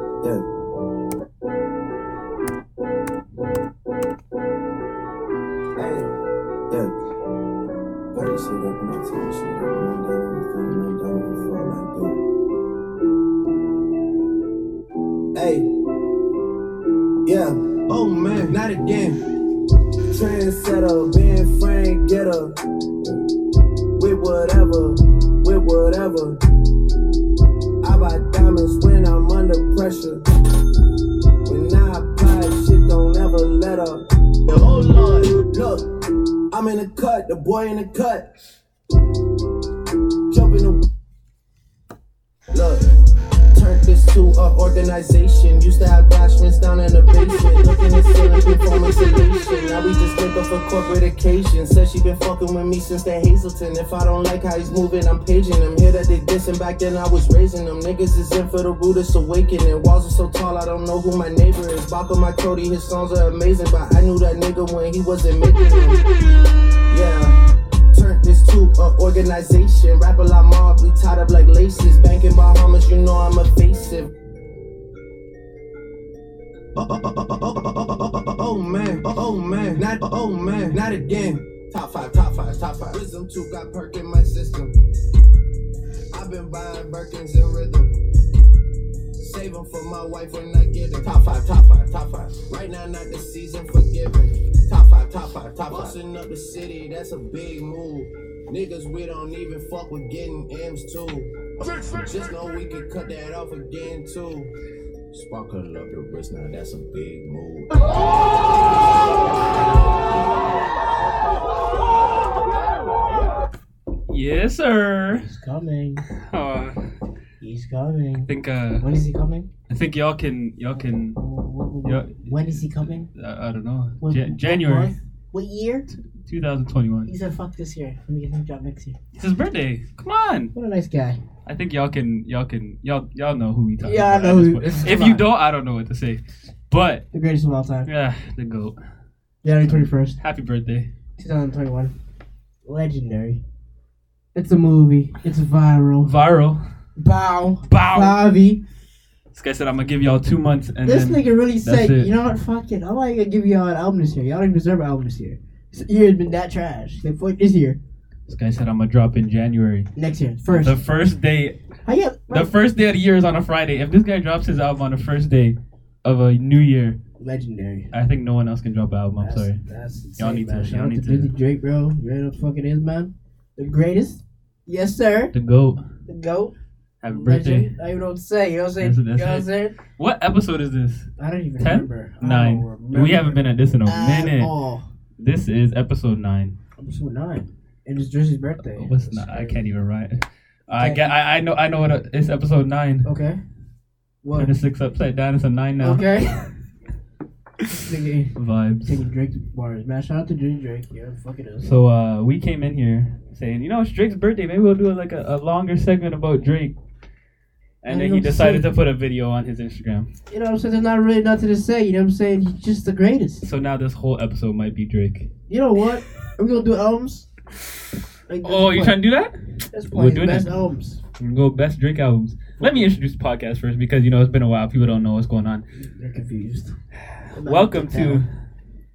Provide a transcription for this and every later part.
Yeah. Yeah. Fuck this shit up and I turn this shit up and I'm done with the feeling, I'm done with the fall I do. Hey, yeah, oh man, not again. Trendsetter, being Frank Getter, with whatever, with whatever. I buy diamonds when I'm under pressure. When I apply shit, don't ever let up. But oh lord, look, I'm in the cut, the boy in the cut, jumping the Look, turned this to a organization. Used to have bashments down in the basement. Looking at ceiling performing sedation. Now we just link up for corporate occasion. Said she been fucking with me since that Hazelton. If I don't like how he's moving, I'm paging him. Here that they dissing back then, I was raising them. Niggas is in for the rudest awakening. Walls are so tall, I don't know who my neighbor is. Baka my Cody, his songs are amazing. But I knew that nigga when he wasn't making them. Yeah. Turned this to a organization. Rapper like mob, we tied up like laces. Banking Bahamas, you know I'm evasive. Oh, oh, oh, oh, oh, oh, oh, oh, oh, oh, oh, man, oh, oh man, not oh oh, man, not again. Top five, top five, top five. Rhythm two got perk in my system. I've been buying Birkins and rhythm. Save 'em for my wife when I get it. Top five, top five, top five. Right now, not the season for giving. Top five, top five, top five. Busting up the city, that's a big move. Niggas, we don't even fuck with getting M's too. Just know we can cut that off again too. Sparkle up your wrist now, that's a big move. Yes, sir. He's coming. Uh, He's I coming. think uh, When is he coming? I think y'all can y'all can Yeah. When is he coming? I, I don't know What, Ja- what January month? What year? 2021. He said, "Fuck this year. Let me get him a job next year." It's his birthday. Come on. What a nice guy. I think y'all can y'all can y'all y'all know who we talking Yeah, I about. at know this who- point. it's- If come you on. don't, I don't know what to say. But The greatest of all time. yeah, the goat. January twenty first, Happy birthday. two thousand twenty one. Legendary. It's a movie. It's viral. Viral. Bow. Bow. Bobby. This guy said I'm gonna give y'all two months and This then nigga really that's said, it. "You know what? Fuck it. I'm not gonna give y'all an album this year. Y'all don't even deserve an album this year. This year's been that trash. Like, fuck this year. this guy said I'm gonna drop in January. Next year, first. The first day How you? the first day of the year is on a Friday. If this guy drops his album on the first day of a new year, Legendary. I think no one else can drop an album. Oh, I'm sorry. That's insane, Y'all need to- man. Shout y'all out need to to- Busy Drake, bro. You know what the fuck it is, man. The greatest. Yes, sir. The goat. The GOAT. Happy birthday. Legend. I don't even know what to say. You know what I'm saying? That's it, you know that's what I'm it. saying? What episode is this? I don't even Ten? remember. I Nine. don't remember We haven't been at this in a at minute. all. This is episode nine. Episode nine. And it's Drizzy's birthday. What's That's Oh, not? I crazy. can't even write. I Okay. get. I, I know. I know what it- it's. Episode nine. Okay. What? Turn the six upside down. It's a nine now. Okay. Nigga, Vibes. Taking Drake to bars, man. Shout out to Drizzy Drake. Yeah, fuck it is. So uh, we came in here saying, you know, it's Drake's birthday. Maybe we'll do like a, a longer segment about Drake. And I then he don't decided see- to put a video on his Instagram. You know what I'm saying? There's not really nothing to say. You know what I'm saying? He's just the greatest. So now this whole episode might be Drake. You know what? Are we gonna do albums? Like, Oh, you trying to do that? to? That's we're probably the doing best it. albums. We're gonna go best Drake albums. Let me introduce the podcast first because you know it's been a while. People don't know what's going on. They're confused. Welcome to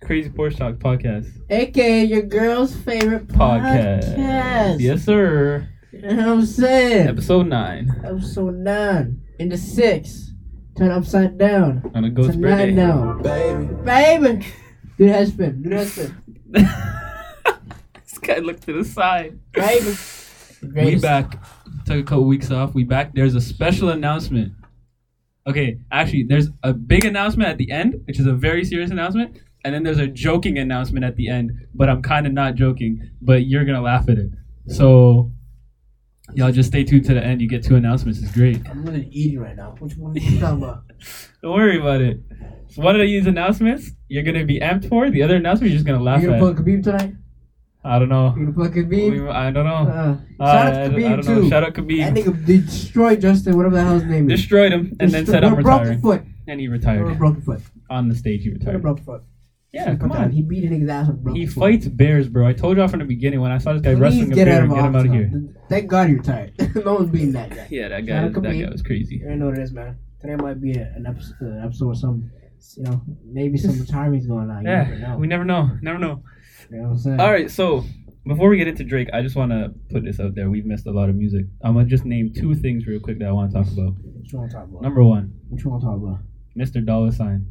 Crazy Porch Talk podcast. AKA your girl's favorite podcast. podcast. Yes, sir. You know what I'm saying? Episode nine Episode nine into six. Turn upside down. on a ghost To birthday. nine down. Baby, Baby. Do that spin. Do that spin. this guy looked to the side. Baby. The We greatest. back. Took a couple weeks off. We back. There's a special announcement. Okay, actually, there's a big announcement at the end, which is a very serious announcement, and then there's a joking announcement at the end. But I'm kind of not joking. But you're gonna laugh at it. So y'all just stay tuned to the end. You get two announcements. It's great. I'm literally eating right now. Which one are you talking about? Don't worry about it. one of these announcements you're gonna be amped for. The other announcement you're just gonna laugh You gonna at. pull Khabib tonight? I don't know. You gonna pull Khabib? We- I don't know. Uh, Uh, shout out I- to I Khabib don't know. too. Shout out That Khabib. nigga destroyed Justin, whatever the hell his name is. Destroyed him and then said I'm With a broken retiring. Foot. And he With a retired broken foot. on the stage. He With a retired. broken foot. Yeah, come Fuck out. on. He beat a nigga's ass with a broken He foot. fights bears, bro. I told y'all from the beginning when I saw this guy Please wrestling a get out bear. of my Get him out office of here. now. Thank God you're tired. no one's beating that guy. Yeah, that Shout guy. out That Khabib. guy was crazy. You already know what it is, man. Today might be a, an episode, an episode or some, you know, maybe some retirement's going on. You never Yeah, know. we never know. Never know. You know what I'm saying? All right, so before we get into Drake, I just want to put this out there. We've missed a lot of music. I'm gonna just name two things real quick that I want to talk about. What you want to talk about? Number one, What you want to talk about? Mr. Dollar Sign.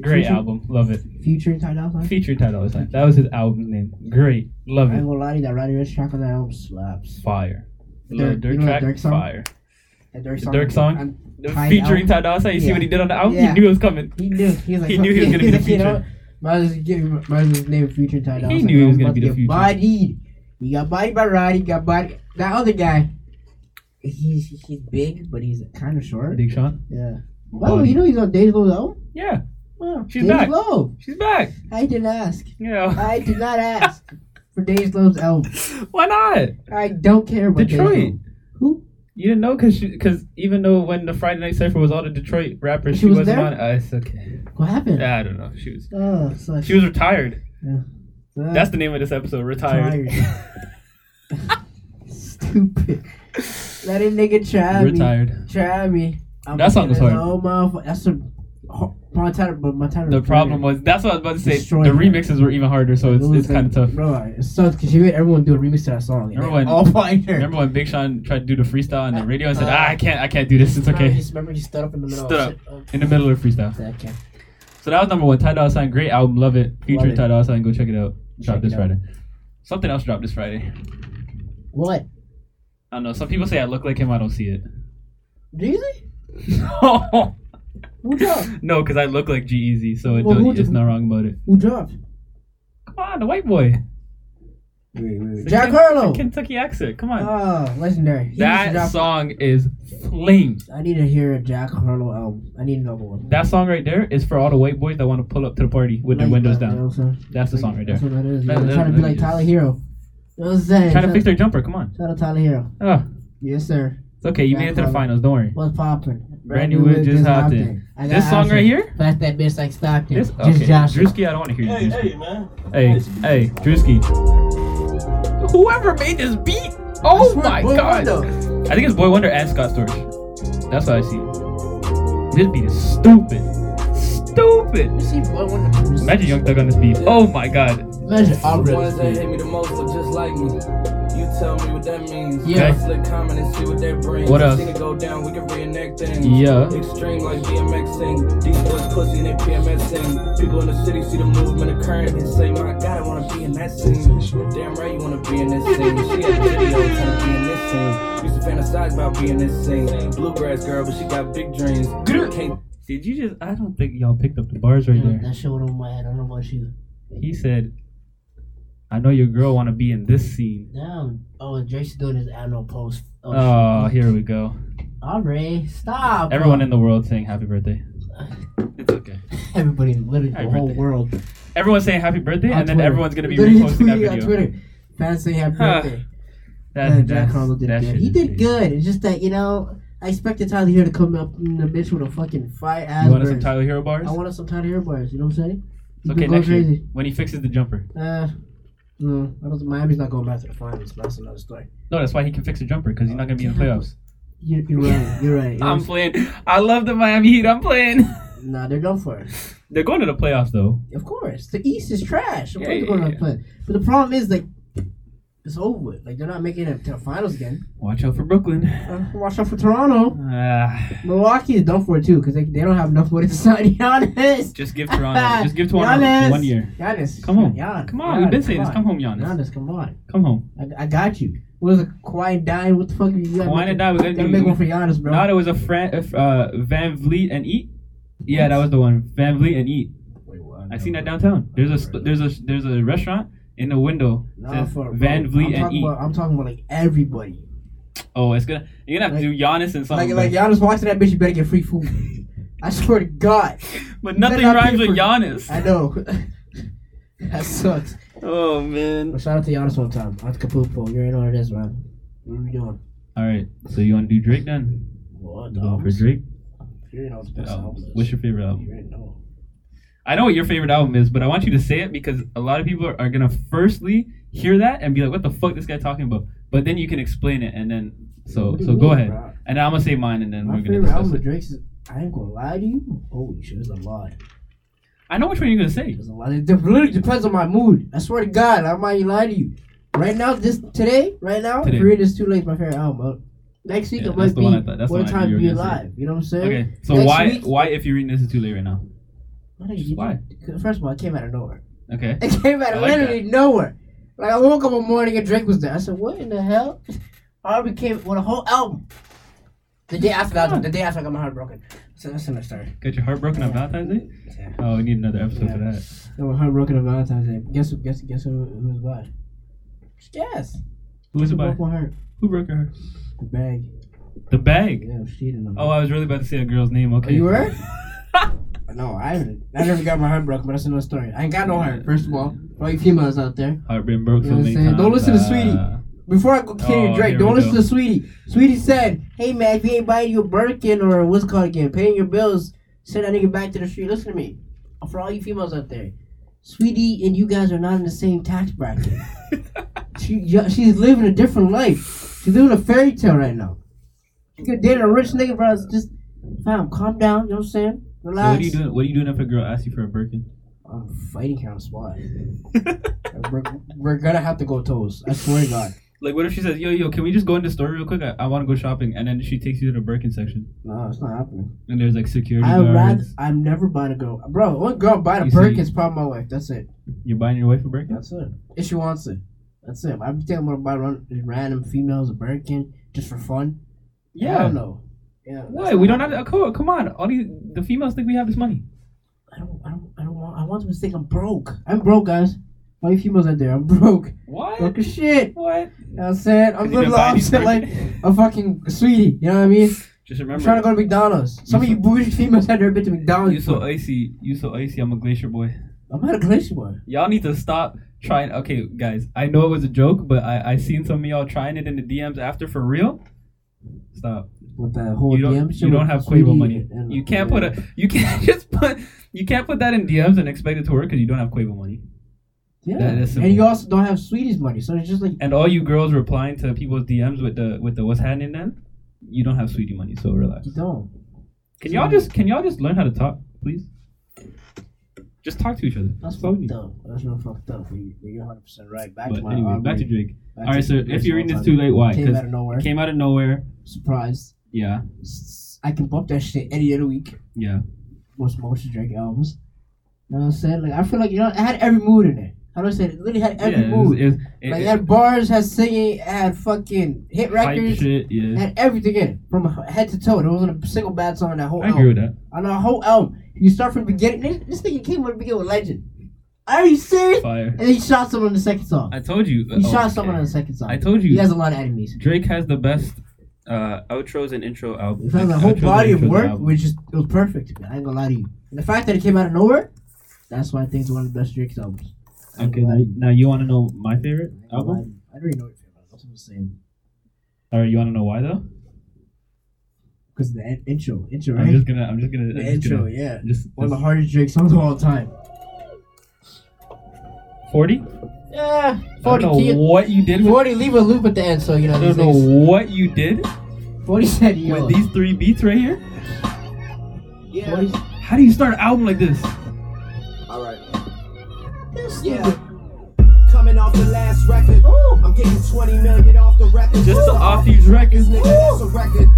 Great Future? album, love it. Future tied out I Featured Ty Dollar Sign. That was his album name. Great, love ain't it. gonna lie to you, that Roddy Rich track on that album slaps. Fire. The Little Dirk- Dirk you know that track, Dirk song? fire. That Dirk The song. Dirk song? And Featuring album. Ty Dollar Sign. You see Yeah. what he did on the album? Yeah. He knew it was coming. He knew. He was like, He knew he was fuck- gonna be the he's like, You future. know, what? might as well give him, might as well just name it Future tied He out. knew he was gonna be the future. Bodied. He got bodied by Roddy. Got bodied. That other guy. He's he's big, but he's kind of short. Big Sean. Yeah. Oh, you know he's on Days Low though. Yeah, Wow, She's Days back. Low. she's back. I didn't ask. You know, I did not ask for Days Low's album. why not? I don't care about Days Detroit. Low. Who? You didn't know because because even though when the Friday Night Cypher was all the Detroit rappers, She she, was wasn't there? on. Uh, it's okay. What happened? Yeah, I don't know. She was Oh, so she was retired. uh, That's the name of this episode. Retired. tired. Stupid. Let a nigga try me. Retired. Try me. I'm That song was gonna hard. know my- that's a ho- Montana, but Montana. The problem was that's what I was about to say. Destroyed. The remixes were even harder, so it's, it's kind of tough. Bro, it sucks because she made everyone do a remix to that song. and Remember they when- all find her. Remember when Big Sean tried to do the freestyle on the Uh, radio and said, uh, "Ah, I can't, I can't do this. It's Remember okay." he- Remember he stood up in the middle. Stood of up. shit. In the middle of the freestyle. Okay, okay. So that was number one. Ty Dolla Sign, great album, love it. Featuring it. Ty Dolla Sign, go check it out. Drop Check this it out. Friday. Something else dropped this Friday. What? I don't know. Some people say I look like him. I don't see Jeezy? it. Who dropped? No, because I look like G Easy, so it Well, who don't, it's did- not wrong about it. Who dropped? Come on, the white boy. It's a Jack Ken- Harlow. it's a Kentucky accent. Come on. Oh, legendary. He used to that drop- song is flames. I need to hear a Jack Harlow album. I need another one. That song right there is for all the white boys that want to pull up to the party with their Like, windows uh, you know down. what I'm saying? That's the song right there. That's what that is. That- I'm that- trying to be that like is- Tyler Hero. You know what I'm saying? Trying to fix Shout- their jumper. Come on. Shout out Tyler Hero. Oh, Yes, sir. it's okay. You Jack made it to the Harlow. finals. Don't worry. What's poppin'? Brand new whip just hopped in. I got This song options. right here? Fast that bitch like Stockton. This, Just okay. Josh. Drewski, I don't want to hear you. Drewski. man. Hey, hey, Drewski. Whoever made this beat? Oh my god. I think it's Boy Wonder and Scott Storch. That's what I see. This beat is stupid. Stupid. Imagine Young Thug on this beat. Oh my god. Measure. All the Really ones that sweet. hate me the most look just like me. You tell me what that means. Yeah. Let's look common and see what that brings. What else? Seen it go down, we can reenact things. Yeah. Extreme like BMX sing. These boys pussy and they PMS sing. People in the city see the movement occurring and say, My God, I wanna be in that scene. Damn right, you wanna be in this scene. She had the video trying to be in this scene. Used to fantasize about being this scene. Bluegrass girl, but she got big dreams. Can't Did you just I don't think y'all picked up the bars right there. That shit went over my head. I don't know about you. He said, I know your girl wanna be in this scene. Now, oh, and Drake's doing his annual post. Oh, Oh, shit. here we go. Alright, stop. Everyone in the world saying happy birthday. It's okay. Everybody, literally Happy the whole birthday. world. Everyone's saying happy birthday On and then Twitter. everyone's gonna be Literally reposting that tweeting on video. Twitter. Fans say happy Huh. birthday. That, Yeah, that, Jack Harlow did that good. shit He is did crazy. good. It's just that you know, I expected Tyler here to come up in the bitch with a fucking fire ass. You wanted some verse. Tyler Hero bars? I wanted some Tyler here bars. You know what I'm saying? It's okay, People go next year. When he fixes the jumper. Uh, no, I don't, Miami's not going back to the finals. But that's another story. No, that's why he can fix a jumper because he's not gonna be in the Damn. playoffs. You, you're right. You're right. You're I'm right. playing. I love the Miami Heat. I'm playing. Nah, they're done for. They're going to the playoffs though. Of course, the East is trash. Of Yeah, course yeah, they're going yeah. to play. But the problem is like. It's over with. Like they're not making it to the finals again. Watch out for Brooklyn. Uh, watch out for Toronto. Ah, Milwaukee is done for it too, because they, they don't have enough money to sign Giannis. just give Toronto. just give Toronto Giannis. one year. Giannis. Come on. Gian- Come on. We've been Giannis, saying this. Come home, Giannis. Giannis, come on. Come home. I, I got you. What is it? Kawhi and Dine? What the fuck? You gotta Kawhi make and Dine, we a- gotta gotta do- make one for Giannis, bro. Now there was a Fran, uh, Van Vliet and Eat. Yeah, that was the one. Van Vliet and Eat. Wait, what? I seen that downtown. There's a sp- there's a there's a restaurant in the window. Nah, says for, Van bro, I'm Vliet and E. talking Eat. about- I'm talking about like everybody. Oh, it's gonna you're gonna have to do Giannis and Like something. like but- Giannis watching that bitch, you better get free food. I swear to God. But nothing They're not rhymes with people. Giannis. I know. that sucks. Oh man. But shout out to Giannis one time. Out Capupo. You already know what it is, man. What are we doing? All right. So you want to do Drake then? What? You going for Drake? You already know what's best Um, album is. what's your favorite album? You already know. I know what your favorite album is, but I want you to say it because a lot of people are, are gonna firstly hear that and be like, "What the fuck this guy talking about?" But then you can explain it, and then so What do so you go mean, ahead. bro? And I'm gonna say mine, and then My we're gonna favorite discuss album of it. Drake's is. I ain't gonna lie to you. Holy shit, there's a lot. I know which one you're gonna say. There's a lot. It de- literally depends on my mood. I swear to God, I might lie to you. Right now, this today, right now, Today. Korean is too late. My favorite album. Next week Yeah, it that's might the one I be thought- that's the what one I knew you time to were be gonna say. alive. You know what I'm saying? Okay, so Next why week? why if you're reading this is too late right now? Why did you- Why? First of all, it came out of nowhere. Okay, It came out I of like literally nowhere. Like I woke up one morning and Drake was there. I said, "What in the hell?" I became well, a whole album. The day after that, the day after I got my heart broken. So that's another story. got your heart broken on Valentine's Day? Yeah. Oh, we need another episode for Yeah. that. Got my heart broken on Valentine's Day. Guess who? Guess guess who? Who was by? Yes. Who was Who it by? broke my heart? Who broke your heart? The bag. The bag. Yeah, I was cheating on Oh, I was really about to say a girl's name. her. Okay. Oh, you were? no, I haven't. I never got my heart broken, but that's another story. I ain't got no heart. First of all, for all you females out there. Heart been broke so You know what many I'm saying? times. Don't listen to Sweetie. uh, Before I go Oh, continue to Drake, here don't we listen go. to Sweetie. Sweetie said, "Hey man, if you ain't buying your Birkin or what's it called again, paying your bills, send that nigga back to the street. Listen to me, for all you females out there, Sweetie and you guys are not in the same tax bracket. she y- she's living a different life. She's living a fairy tale right now. You could date a rich nigga, bro. It's just, fam, calm down. You know what I'm saying? so Relax. what are you doing? What are you doing if a girl asks you for a Birkin? I'm fighting her on the spot. we're, we're gonna have to go toes. I swear to God. Like, what if she says, "Yo, yo, can we just go in the store real quick? I, I want to go shopping," and then she takes you to the Birkin section, No, it's not happening. and there's like security I guards. rather I'm never buying a girl, bro. One girl buying a You see- Birkin's probably my wife. That's it. You're buying your wife a Birkin? That's it. If she wants it, that's it. I'm thinking I'm gonna buy run, random females a Birkin just for fun. I don't know. Yeah. Why? We don't have to. Come on, come on. All these the females think we have this money. I don't. I don't. I don't want. I want them to think I'm broke. I'm broke, guys. All you females out there, I'm broke. What? Broke as shit. What? You know what I'm saying? I'm Could you living the buy these opposite like Birkin? a fucking sweetie. You know what I mean? Just I'm remember. trying to go to McDonald's. Some of you bougie females had their been to you McDonald's. so icy. You so icy. I'm a glacier boy. I'm not a glacier boy. Y'all need to stop trying. Okay, guys. I know it was a joke, but I I seen some of y'all trying it in the DMs after for real. Stop. With that whole you DM don't, shit you don't with have Quavo sweetie money. and- You can't put a. You can't just put. You can't put that in DMs and expect it to work because you don't have Quavo money. Yeah, That is and you simple. also don't have Sweetie's money, so it's just like And all you girls replying to people's DMs with the with the what's happening then, you don't have sweetie money. So relax. you don't. Can y'all just can y'all just learn how to talk, please? Just talk to each other. That's all we fucked need. up. That's real fucked up. You- You're 100 percent right. Back to But my anyway, Aubrey. back to Drake. Back All right, to so Drake's if you're reading all this too time. late, why? came out Because of nowhere. came out of nowhere. Surprise! Yeah, S- I can bump that shit any other week. yeah. Most most of Drake albums. You know what I'm saying? Like I feel like you know it had every mood in it. How do I say it? It literally had every yeah, it was- mood. it was- it- like it- it had bars, had singing, it had fucking hit hype records, shit. it Yeah, had everything in it from head to toe. There wasn't a single bad song on that whole I album. agree with that. on our whole album. You start from the beginning. This, this nigga came from the beginning with Legend. Are you serious? Fire. And then he shot someone on the second song. I told you. He oh, shot okay. someone on the second song. I told you. He has a lot of enemies. Drake has the best uh, outros and intro album. He found a Like, whole outros body and of intros work, album. which is it was perfect. I ain't gonna lie to you. And the fact that it came out of nowhere, that's why I think it's one of the best Drake's albums. I ain't Okay, gonna lie now, to you. now you want to know my favorite I ain't gonna lie album? to you. I don't even know what your favorite. That's what I'm saying. All right, you want to know why though? Because the en- intro, intro, I'm right? just gonna. I'm just gonna. I'm the just intro, gonna- yeah. Just One of the hardest Drake songs of all time. forty. Yeah, I don't 40 know key, what you did. With, 40 leave a loop at the end, so you know. I don't know these niggas- what you did 40 said, yo. with these three beats right here. 40 How do you start an album like this? Alright. Yeah. Coming off the last record. I'm getting 20 million off the record. Just to off these records. This nigga, that's a record.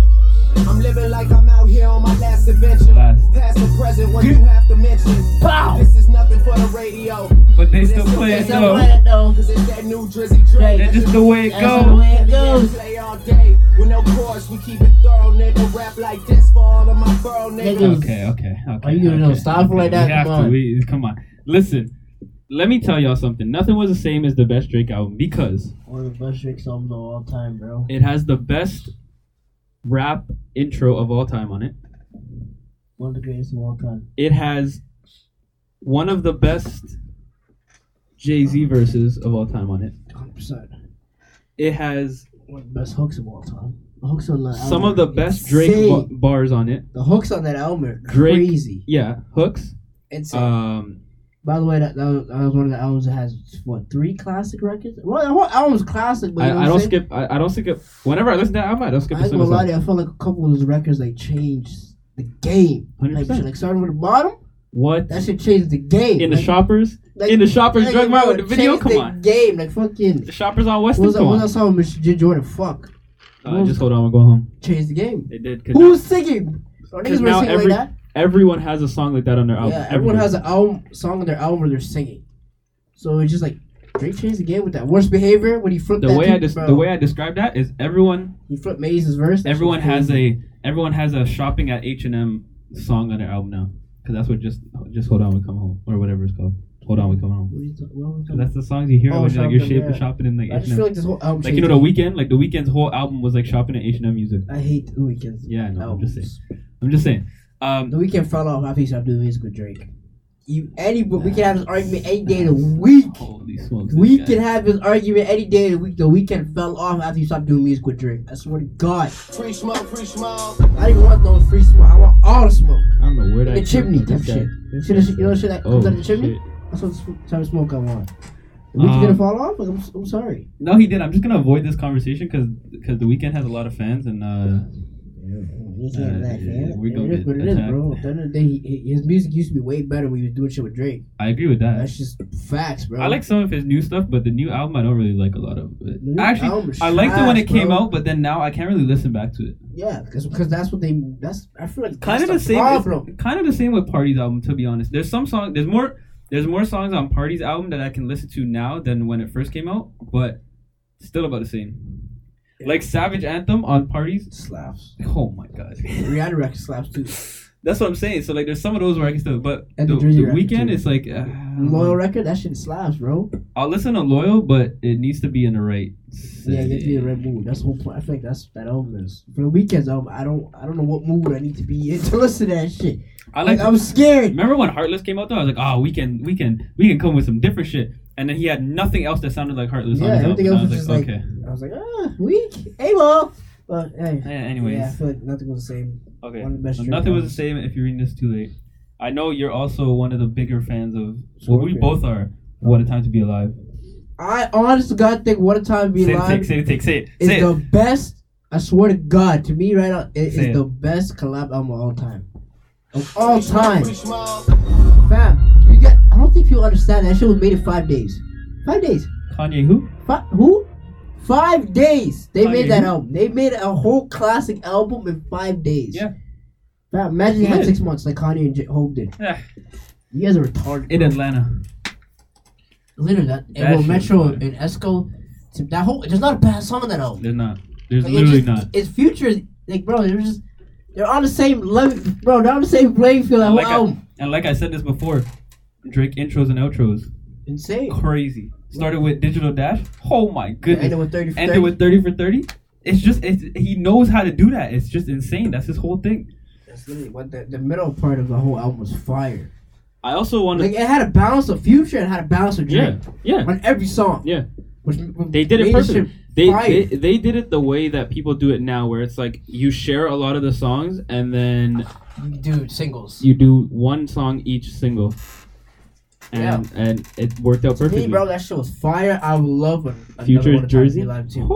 I'm living like I'm out here on my last adventure. Last. Past or present, what you have to mention. Pow! This is nothing for the radio. But they still play it That's though. how though. Cause it's that new Drizzy Drake. That's just the way it That's the goes. way it goes. Play all day with no chorus. We keep it thorough, nigga. Rap like this for all of my borough niggas. Niggas. Okay, okay, okay. Are Mm. you gonna okay, stop okay. like that? We have Come to. on. We, come on. Listen, let me tell y'all something. Nothing was the same as the best Drake album because One of the best Drake songs of all time, bro. it has the best rap intro of all time on it. One of the greatest of all time. It has one of the best Jay Z verses of all time on it. 100%. It has One of the best hooks of all time. The hooks on that some album of the are best insane. Drake ba- bars on it. the hooks on that album are Drake- crazy. Yeah, hooks. Insane. Um, By the way, that, that, was, that was one of the albums that has what three classic records. Well, the whole album's classic, but you I, know I what I'm don't saying? skip. I, I don't skip. Whenever I listen to that album, I don't skip I a ain't gonna single lie, song. to you, I felt like a couple of those records like changed the game. Like, 100%. like starting with the bottom, What that shit changed the game. in the Like- shoppers? like- in the shoppers like, drug mart with the bro, video? changed Come the on, game like fucking. the shoppers on What Weston. was, that, Come what was on. that song with J. Jordan? Fuck, Uh, just hold on. We're going home. changed the game. It did. Cause Who's singing? Or Because niggas were now singing every- like that. everyone has a song like that on their album. yeah, everyone has an album song on their album where they're singing. So it's just like Drake changed the game with that worst behavior when he flipped the that way dude, I des- bro. the way I describe that is everyone he flipped Maze's verse. that everyone shit was has crazy. a everyone has a shopping at H and M song on their album now. Cause that's what just just hold on we come home or whatever it's called. Hold on we come home. What are you talking- what are we talking 'Cause that's the songs you hear Oh, when you're, like you're shopping, shopping, yeah. shopping in like I H just and M. feel like this whole album. Like you know the weekend, like the weekend's whole album was like shopping at H and M music. I hate the weekends. Yeah, no, I'm just saying. albums. I'm just saying. Um, The weekend fell off after he stopped doing music with Drake. You any but we can have this argument any day of the week. holy smokes! this We guy. can have this argument any day of the week. The weekend fell off after he stopped doing music with Drake. I swear to God, Free smoke, free smoke. I didn't want no free smoke. I want all the smoke. I don't know where that the came chimney from, this type guy- shit. this See the guy- shit- you know the shit that comes out of the chimney? shit. That's what sm- type of smoke I want. The weekend Um, didn't fall off. Like, I'm, s- I'm sorry. No, he did. I'm just gonna avoid this conversation because because the weekend has a lot of fans and uh, He can't uh, have that, yeah, man. we It gonna is get what it is, attacked. bro. At the end of the day, he- he- his music used to be way better when he was doing shit with Drake. I agree with that. That's just facts, bro. I like some of his new stuff, but the new album I don't really like a lot of. It. new album Actually, is I liked it when it trash, came bro. out, but then now I can't really listen back to it. Yeah, because that's what they. That's I feel like Kind of that's the same. problem. it's Kind of the same with Party's album, to be honest. There's some song. There's more. There's more songs on Party's album that I can listen to now than when it first came out, but still about the same. Like Savage Anthem on Parties. Slaps. Oh my god, Rihanna record slaps too. that's what I'm saying. So like, there's some of those where I can still, but And the, the Drizzy the record weekend too. is like. Uh, I don't Loyal know. record that shit slaps, bro. I'll listen to Loyal, but it needs to be in the right. Yeah, you have to be in setting. the right mood. That's the whole point. I feel like that's that album is for the weekend's album. I don't I don't know what mood I need to be in to listen to that shit. I Like, like I'm scared. Remember when Heartless came out though? I was like, ah, we can, we can, we can come with some different shit. And then he had nothing else that sounded like Heartless. on Yeah, his everything album. And I else was was like, just okay. I was like, ah, weak, hey, well, but hey. Yeah, Eh, anyways, Yeah, I feel like nothing was the same. okay. one of the best So Drake nothing was the albums. same. If you're reading this too late, I know you're also one of the bigger fans of. Well, we Scorpion. both are. What a time to be alive. I honest to God think What a Time to Be Say it, Alive say it, say it, say it, is say it. the Say it. best. I swear to God, to me right now, it Say is it. the best collab album of all time. Of all time, Free smoke. fam. You get. I don't think people understand that shit was made in five days. Five days. Kanye who? Fi- who? Five days. They Kanye. made that album. They made a whole classic album in five days. Yeah. Fam, imagine they had Lit. six months like Kanye and J- Hope did. Yeah. You guys are retarded. In Atlanta. Literally, that, That well, shit Metro was good. and Esco, to- that whole there's not a bad song on that album. There's not. There's Like, it literally just- not. It's future, like bro, they're just they're on the same level, bro. They're on the same playing field. That whole Like I- album, and like I said this before, Drake intros and outros insane. crazy. Started with Digital Dash. Oh my goodness. Ended with 30 for ended 30. with 30 for 30 it's just it's, he knows how to do that it's just insane that's his whole thing That's literally what the, the middle part of the whole album was fire. i also want Like it had a balance of future, it had a balance of yeah Drake yeah on every song. yeah Which, which they did it made the perfect shit they, fire. they they did it the way that people do it now where it's like you share a lot of the songs and then dude singles. you do one song each single and and it worked out perfectly Me, bro, that shit was fire. I would love a, another future's one to jersey live too. I would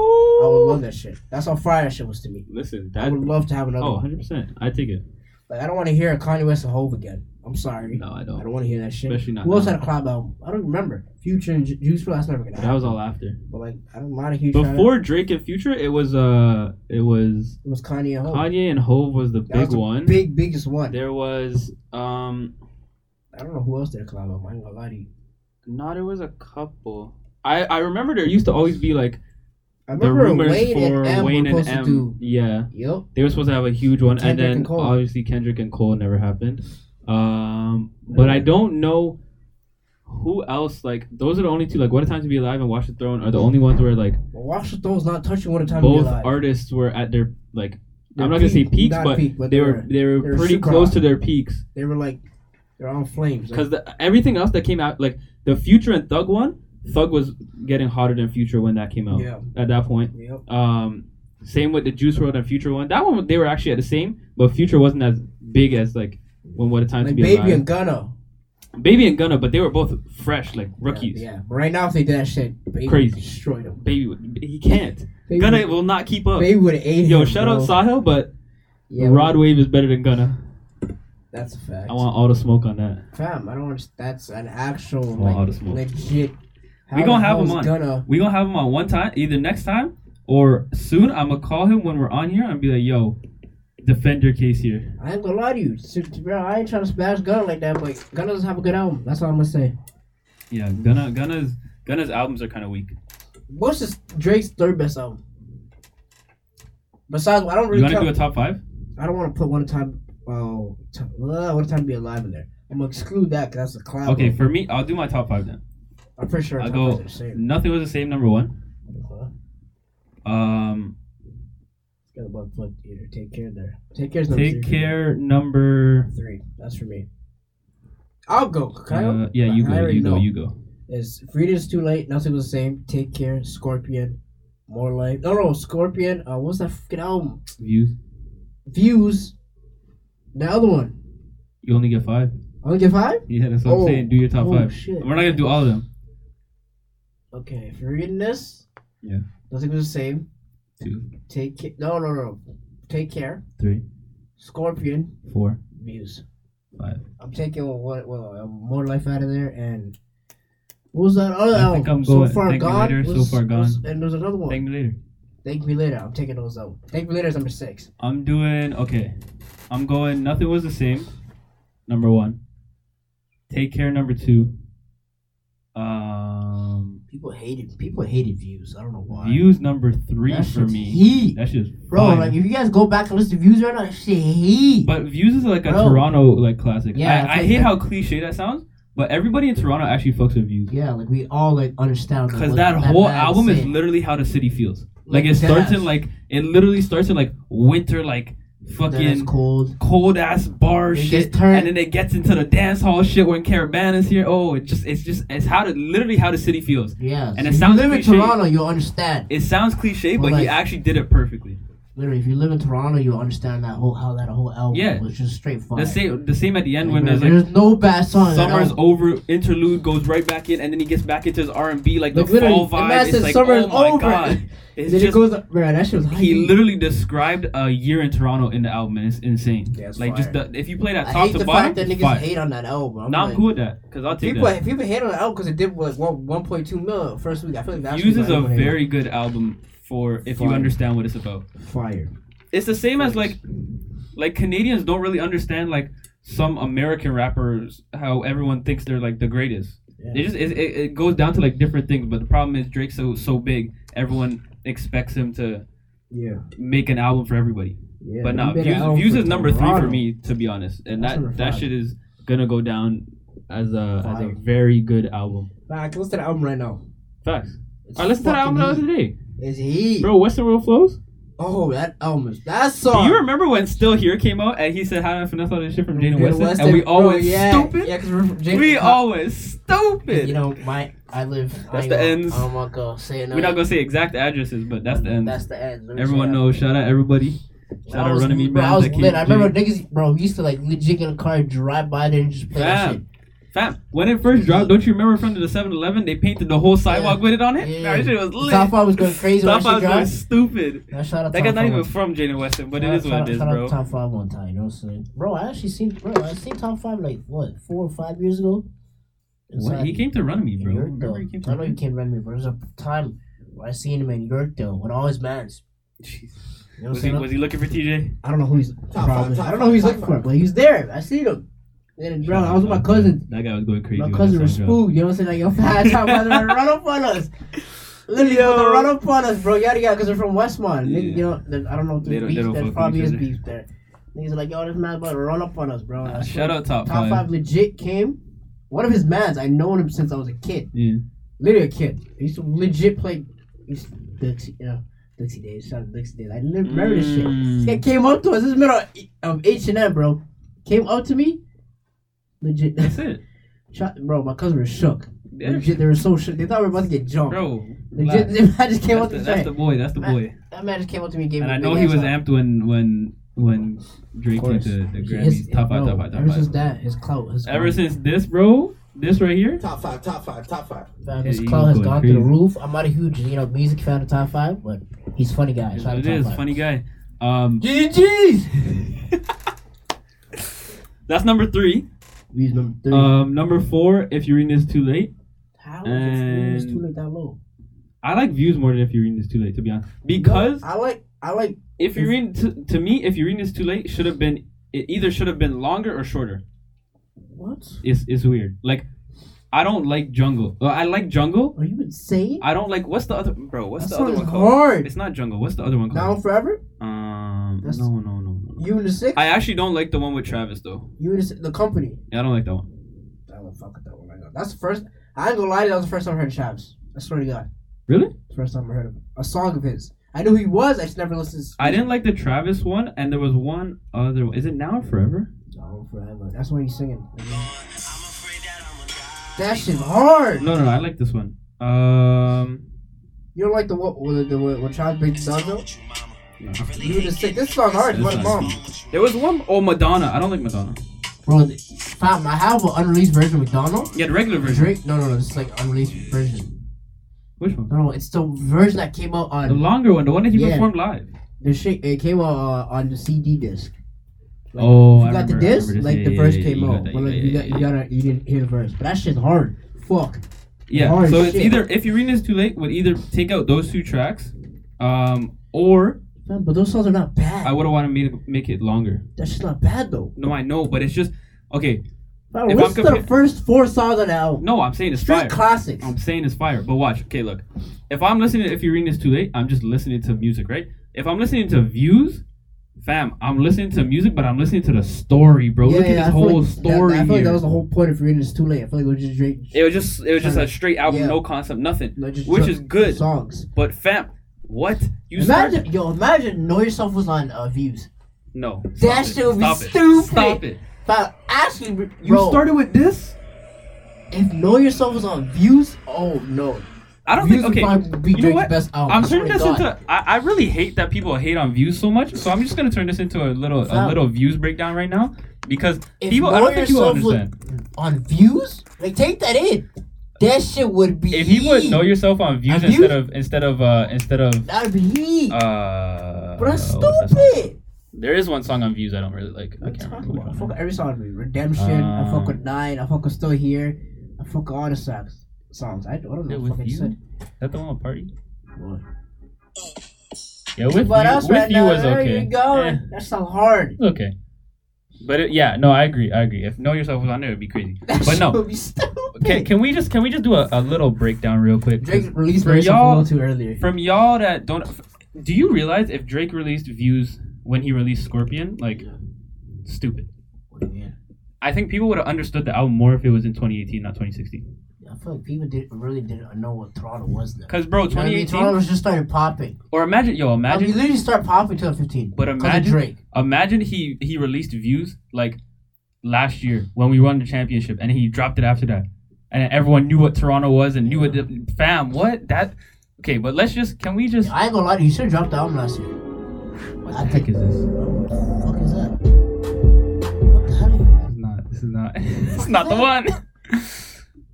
Ooh. love that shit. That's how fire that shit was to me. listen I that would love to have another. oh one. 100% i take it Like I don't want to hear a Kanye West and Hove again. I'm sorry. no i I don't don't want to hear that shit. Especially not Who else now. had a collab album? I don't remember. Future and Ju- Juice WRLD. That's never gonna that happen. was all after But like, I don't mind a huge. shout-out. before drake and future it was uh it was it was Kanye and Hove. Kanye and Hove was the Oh. that big was the one. Big biggest one. There was um I don't know who else did a collab album. I ain't gonna lie to you. no, there was a couple. I I remember there used to always be like I the remember rumors Wayne for and M Wayne were and supposed M. to do. Yeah, Yep. they were supposed to have a huge one, Kendrick and then and Cole. obviously Kendrick and Cole never happened. Um, but I don't know who else. Like those are the only two. Like What a Time to Be Alive and Watch the Throne are the only ones where like But Watch the Throne's not touching one time. to Be both Alive. artists were at their like I'm not gonna say peak, peaks, not but, peak, but they they were were- they they were were pretty super close hot. to their peaks They were like, they're on flames. Like, because everything else that came out, like the Future and Thug one, Thug was getting hotter than Future when that came out. Yeah. At that point, yep. um, same with the Juice World and Future one. That one they were actually at the same, but Future wasn't as big as like when What a Time Like to Be Baby Alive. and Gunna. Baby and Gunna, but they were both fresh, like rookies. Yeah, yeah. Right now, if they did that shit, Baby would Crazy. destroy them. Baby, would- he can't. Baby, Gunna will not keep up. Baby would have ate him. Yo, shout bro. out Sahil, but Yeah, Rod Wave is better than Gunna. That's a fact. I want all the smoke on that. Fam, I don't understand. That's an actual I want all like the smoke. legit. We How gonna the have hell him is on. Gunna We gonna have him on one time, either next time or soon. I'm gonna call him when we're on here and be like, "Yo, defend your case here." I ain't gonna lie to you, So, bro. I ain't trying to smash Gunna like that, but Gunna doesn't have a good album. That's all I'm gonna say. Yeah, Gunna, Gunna's Gunna's albums are kind of weak. What's this Drake's third best album? Besides, I don't You really. wanna count- do a top five? I don't want to put one time. Oh, t- uh, one time to be alive in there. I'm gonna exclude that because that's a collab. Okay, album. for me, I'll do my top five then. I'm pretty sure I'll I'll go. go. Same. Nothing was the same. Number one. Huh? Um, Got a bug plug here. Take care there. Take care. take care. Number. Three. That's for me. I'll go. Can I Uh, go? yeah, you I go. already You go. know. You go. Is Freedom's too late? Nothing was the same. Take care. Scorpion. More life. No, no. Scorpion. Uh, what's that fucking album? Views. Views. The other one. You only get five. I only get five. Yeah, that's what I'm Oh. saying. Do your top Oh, five. shit. We're not gonna do all of them. Okay, if you're reading this. Yeah. Nothing was the same. Two, Take care. No, no, no, no. Take care. three, Scorpion. four, Views. five. I'm taking what? Well, uh, more life out of there and. What was that other I album? think I'm so going- far Thank Me gone. Later, So was- Far Gone. was- and there's another one. Thank me later. Thank me later. I'm taking those out. Thank me later is number six. I'm doing okay. I'm going. Nothing was the same. Number one. Take care. Number two. Um, People hated. People hated views. I don't know why. views number three That for shit's me. heat. That shit's bro. fire. Like if you guys go back and listen to views right now, that shit heat. but views is like a Bro. Toronto like classic. Yeah, Yeah, it's I, I like hate that- how cliche that sounds, but everybody in Toronto actually fucks with views. yeah, like we all like understand. like, Cause what that whole band album is saying. literally how the city feels. Like, Like it starts that. in like it literally starts in like winter, like That it's fucking cold. cold ass bar They shit, just turn- and then it gets into the dance hall shit when Caravana's here. Oh, it just it's just it's how the literally how the city feels. Yeah, And it if sounds you live in cliche. Toronto, you'll understand. It sounds cliche, but Well, he like- actually did it perfectly. Literally, if you live in Toronto, you'll understand that whole how that whole album Yeah. was just straight fire. The same the same at the end Like, when bro, there's like no bad song. in that summer's album. over, interlude goes right back in, and then he gets back into his R and B like the Like, literally, fall the vibe. man It's said like summer's oh my over. god, it's Then just it goes, bro. That shit was he hype. literally described a year in Toronto in the album, and it's insane. Yeah, it's like just fire. the, if you play that I top hate to the bottom, fact that niggas fire. hate on that album. I'm Nah, I'm like, cool with that because I'll take people, that. people hate on the album because it did like one one point two mil first week. I feel like that's Views is a very good album for if you Fire. understand what it's about. fire. It's the same as like like Canadians don't really understand like some American rappers how everyone thinks they're like the greatest. It just it, it, it goes down to like different things, but the problem is Drake's so so big, everyone expects him to Yeah, make an album for everybody. yeah. but no, views, views is number three for me to be honest, and That's that number that five. shit is gonna go down as a as a Fire. very good album. Nah, I can listen to the album right now. Facts. It's I listened to that album fucking the other heat. day, It's heat. bro. Western World flows. Oh, that album is that Do song. you remember when Still Here came out and he said, How did I finesse all this shit from Jaden Jada Weston? Weston? And we Bro, all went yeah, stupid? Yeah, because we're Jada, we all went stupid. You know, my I live. I That's ain't the gonna- ends. I'm not gonna say it. We're not going to say exact addresses, but that's the end. That's the ends. Let me Everyone say that. knows. Shout out everybody. Shout I out was- Running Me bro, I Bands. was that came- lit. I Jada- remember niggas, bro, we used to like legit get in a car, drive by there, and just play that shit. Fam. Fam, when it first dropped, don't you remember from the 7 Eleven? They painted the whole sidewalk Yeah. with it on it? Yeah. That shit was lit. Top Five was going crazy when Top that Five shit was going dropped. stupid. Now, shout out That Top guy's not Five even one- from Jaden Weston, but shout it out- is what shout it is, out- shout out bro. Top five one time, you know what I'm saying? Bro, I actually seen, bro, I seen top five like what four or five years ago. And so What? I- He came to Run Me, in bro. Remember he came Yorkdale. to I know Run you Me? can't remember me, but there's a time where I seen him in Yorkdale with all his mans. You know what Was I'm he, saying? was he looking for TJ? I don't know who he's. five, probably- top I don't know who he's five, looking top for, but he's there. I seen him. And bro, I was with my cousin. That guy was going crazy. My when cousin that was song dropped. spooked, you know what I'm saying? Like, yo, fat top brother, run up on us. Literally, Yo. brother, run up on us, bro. Yada yada, because they're from Westmont. Yeah. Nigga, you know, there- I don't know if They there's don't- they don't fuck with beef. There probably each is other. beef there. Niggas are like, yo, this man's about to run up on us, bro. And I Uh, swear, shout out top, Top five. five legit came. One of his mans, I known him since I was a kid. Yeah. Literally a kid. He used to legit play. He used to, yeah. Dixie Days. Shout out to Dixie Days. I live remember this shit. This Mm. guy came up to us. This is middle of H and M, bro. Came up to me. Legit, That's it. Shot- bro. My cousins were shook. Yeah. Legit, they were so shook. They thought we were about to get jumped. Bro, Legit, relax. I just came up that's, to the, me. that's the boy. That's the boy. That man just came up to me and gave And me. I a know big he ass was hug. amped when when when Drake Of did course. the, the He- Grammys. his- top five, bro, top five, top Ever since five. that, his clout has Ever gone- since this, bro, this right here. Top five, top five, top five. Fam, Yeah, his he clout was has going gone through the crazy. roof. I'm not a huge, you know, music fan of top five, but he's a funny guy. It is so I'm what it top is. five. Funny guy. Um, GG's. that's number three. He's number three. Um, number four. If you're reading this too late, How is it Um, three? It's too late that low? I like views more than if you're reading this too late. To be honest, because I like, I like. if you're reading to, to me, if you're reading this too late, should have been it either should have been longer or shorter. What? It's it's weird. Like I don't like jungle. Well, I like jungle. Are you insane? I don't like what's the other bro? What's That the other song one is called? hard. It's not jungle. What's the other one Down called? forever? Um, That's- no, no, no, no. You in the six? I actually don't like the one with Travis though. you in the, si- the company? Yeah, I don't like that one. I don't fuck with that one right now. That's the first. I ain't gonna lie, that was the first time I heard Shaps. I swear to God, Really? first time I heard of a song of his. I knew who he was. I just never listened. to I didn't like the Travis one, and there was one other. one. Is it now or forever? Down forever. That's when he's singing. That shit hard. No, no, no I like this one. Um, You don't like the what? The, the, the, when Child Big Son though? no. You were just sick. This song hard. This What song- mom? there was one. Oh, Madonna. I don't like Madonna. Bro, th- fam, I have an unreleased version of McDonald. Yeah, the regular version. Drake? No, no, no. It's like unreleased version. Which one? No, no. It's the version that came out The on longer one, the one that he Uh, Yeah. performed live. the shit. It came out uh, on the CD disc. Like, Oh, if you I got remember- I the disc, remember this. like Yeah, the yeah, verse yeah, came you got out, that, but you like got- you yeah, got yeah, you gotta you didn't hear the verse. But that shit's hard. Fuck. Yeah, Hard so it's shit. either if you're reading this too late, would either take out those two tracks, um, or Fam, but those songs are not bad. I would have wanted me to make it longer. that shit's not bad though. No, I know, but it's just okay. Fam, If what's I'm the compar- first four songs on the album? No, I'm saying it's Straight fire. classics. I'm saying it's fire. But watch, okay, look. If I'm listening, if you're reading this too late, I'm just listening to music, right? If I'm listening to views, fam, I'm listening to music, but I'm listening to the story, bro. Look at this I feel whole like that- story That, I feel like here. that was the whole point of reading. It's too late. I feel like it was just Drake. it was just, it was just Kinda- a straight album, yeah. no concept, nothing, No, just which dr- is good. songs. But fam, what you start- imagine, yo, imagine know yourself was on uh, views. No, That stop it. shit would be Stop stupid. It. Stop it. But actually, bro, You started with this. if know yourself was on views, oh no, I don't views think. Okay, would probably you be know Drake's what? best album. I'm I swear turning to this God. into. I, I really hate that people hate on views so much. So I'm just gonna turn this into a little a Fam. little views breakdown right now because If people. I Know don't think people Yourself was understand. on views. Like take that in. That shit would be. If you would know yourself on views On instead Views? of instead of uh instead of that'd be heat. uh. but that's what's that song? stupid. There is one song on views I don't really like. I can't remember. I which fuck one. with every song. on Views. Redemption. I fuck with Um, nine. I fuck with still here. I fuck with all the songs. Songs. I don't know. It what with fucking you. said. Is that the one with party? Boy. Yeah, with But you, else with right you now, was there okay. you go. Eh. That's so hard. Okay. But it, yeah, no, I agree. I agree. If know yourself was on there, it'd be crazy. That But shit no, would be stupid. can, can we just can we just do a, a little breakdown real quick? 'Cause Drake released for Myself y'all- a little too earlier. From y'all that don't, do you realize if Drake released views when he released Scorpion, like stupid? I think people would have understood the album more if it was in 2018, not 2016. I feel like people did really didn't know what Toronto was then. Cause bro, You know what I mean? 2018, Toronto was just started popping. or imagine, yo, I mean, imagine, you literally start popping till 15. But 'cause of imagine- Drake. imagine he he released views like last year when we won the championship, and he dropped it after that, and everyone knew what Toronto was and knew what the fam what that. Okay, but let's just can we just I ain't gonna lie to you. You should have dropped the album last year. what I the heck think- is this? What the fuck is that? What the hell? This is not. This is not. it's not the one.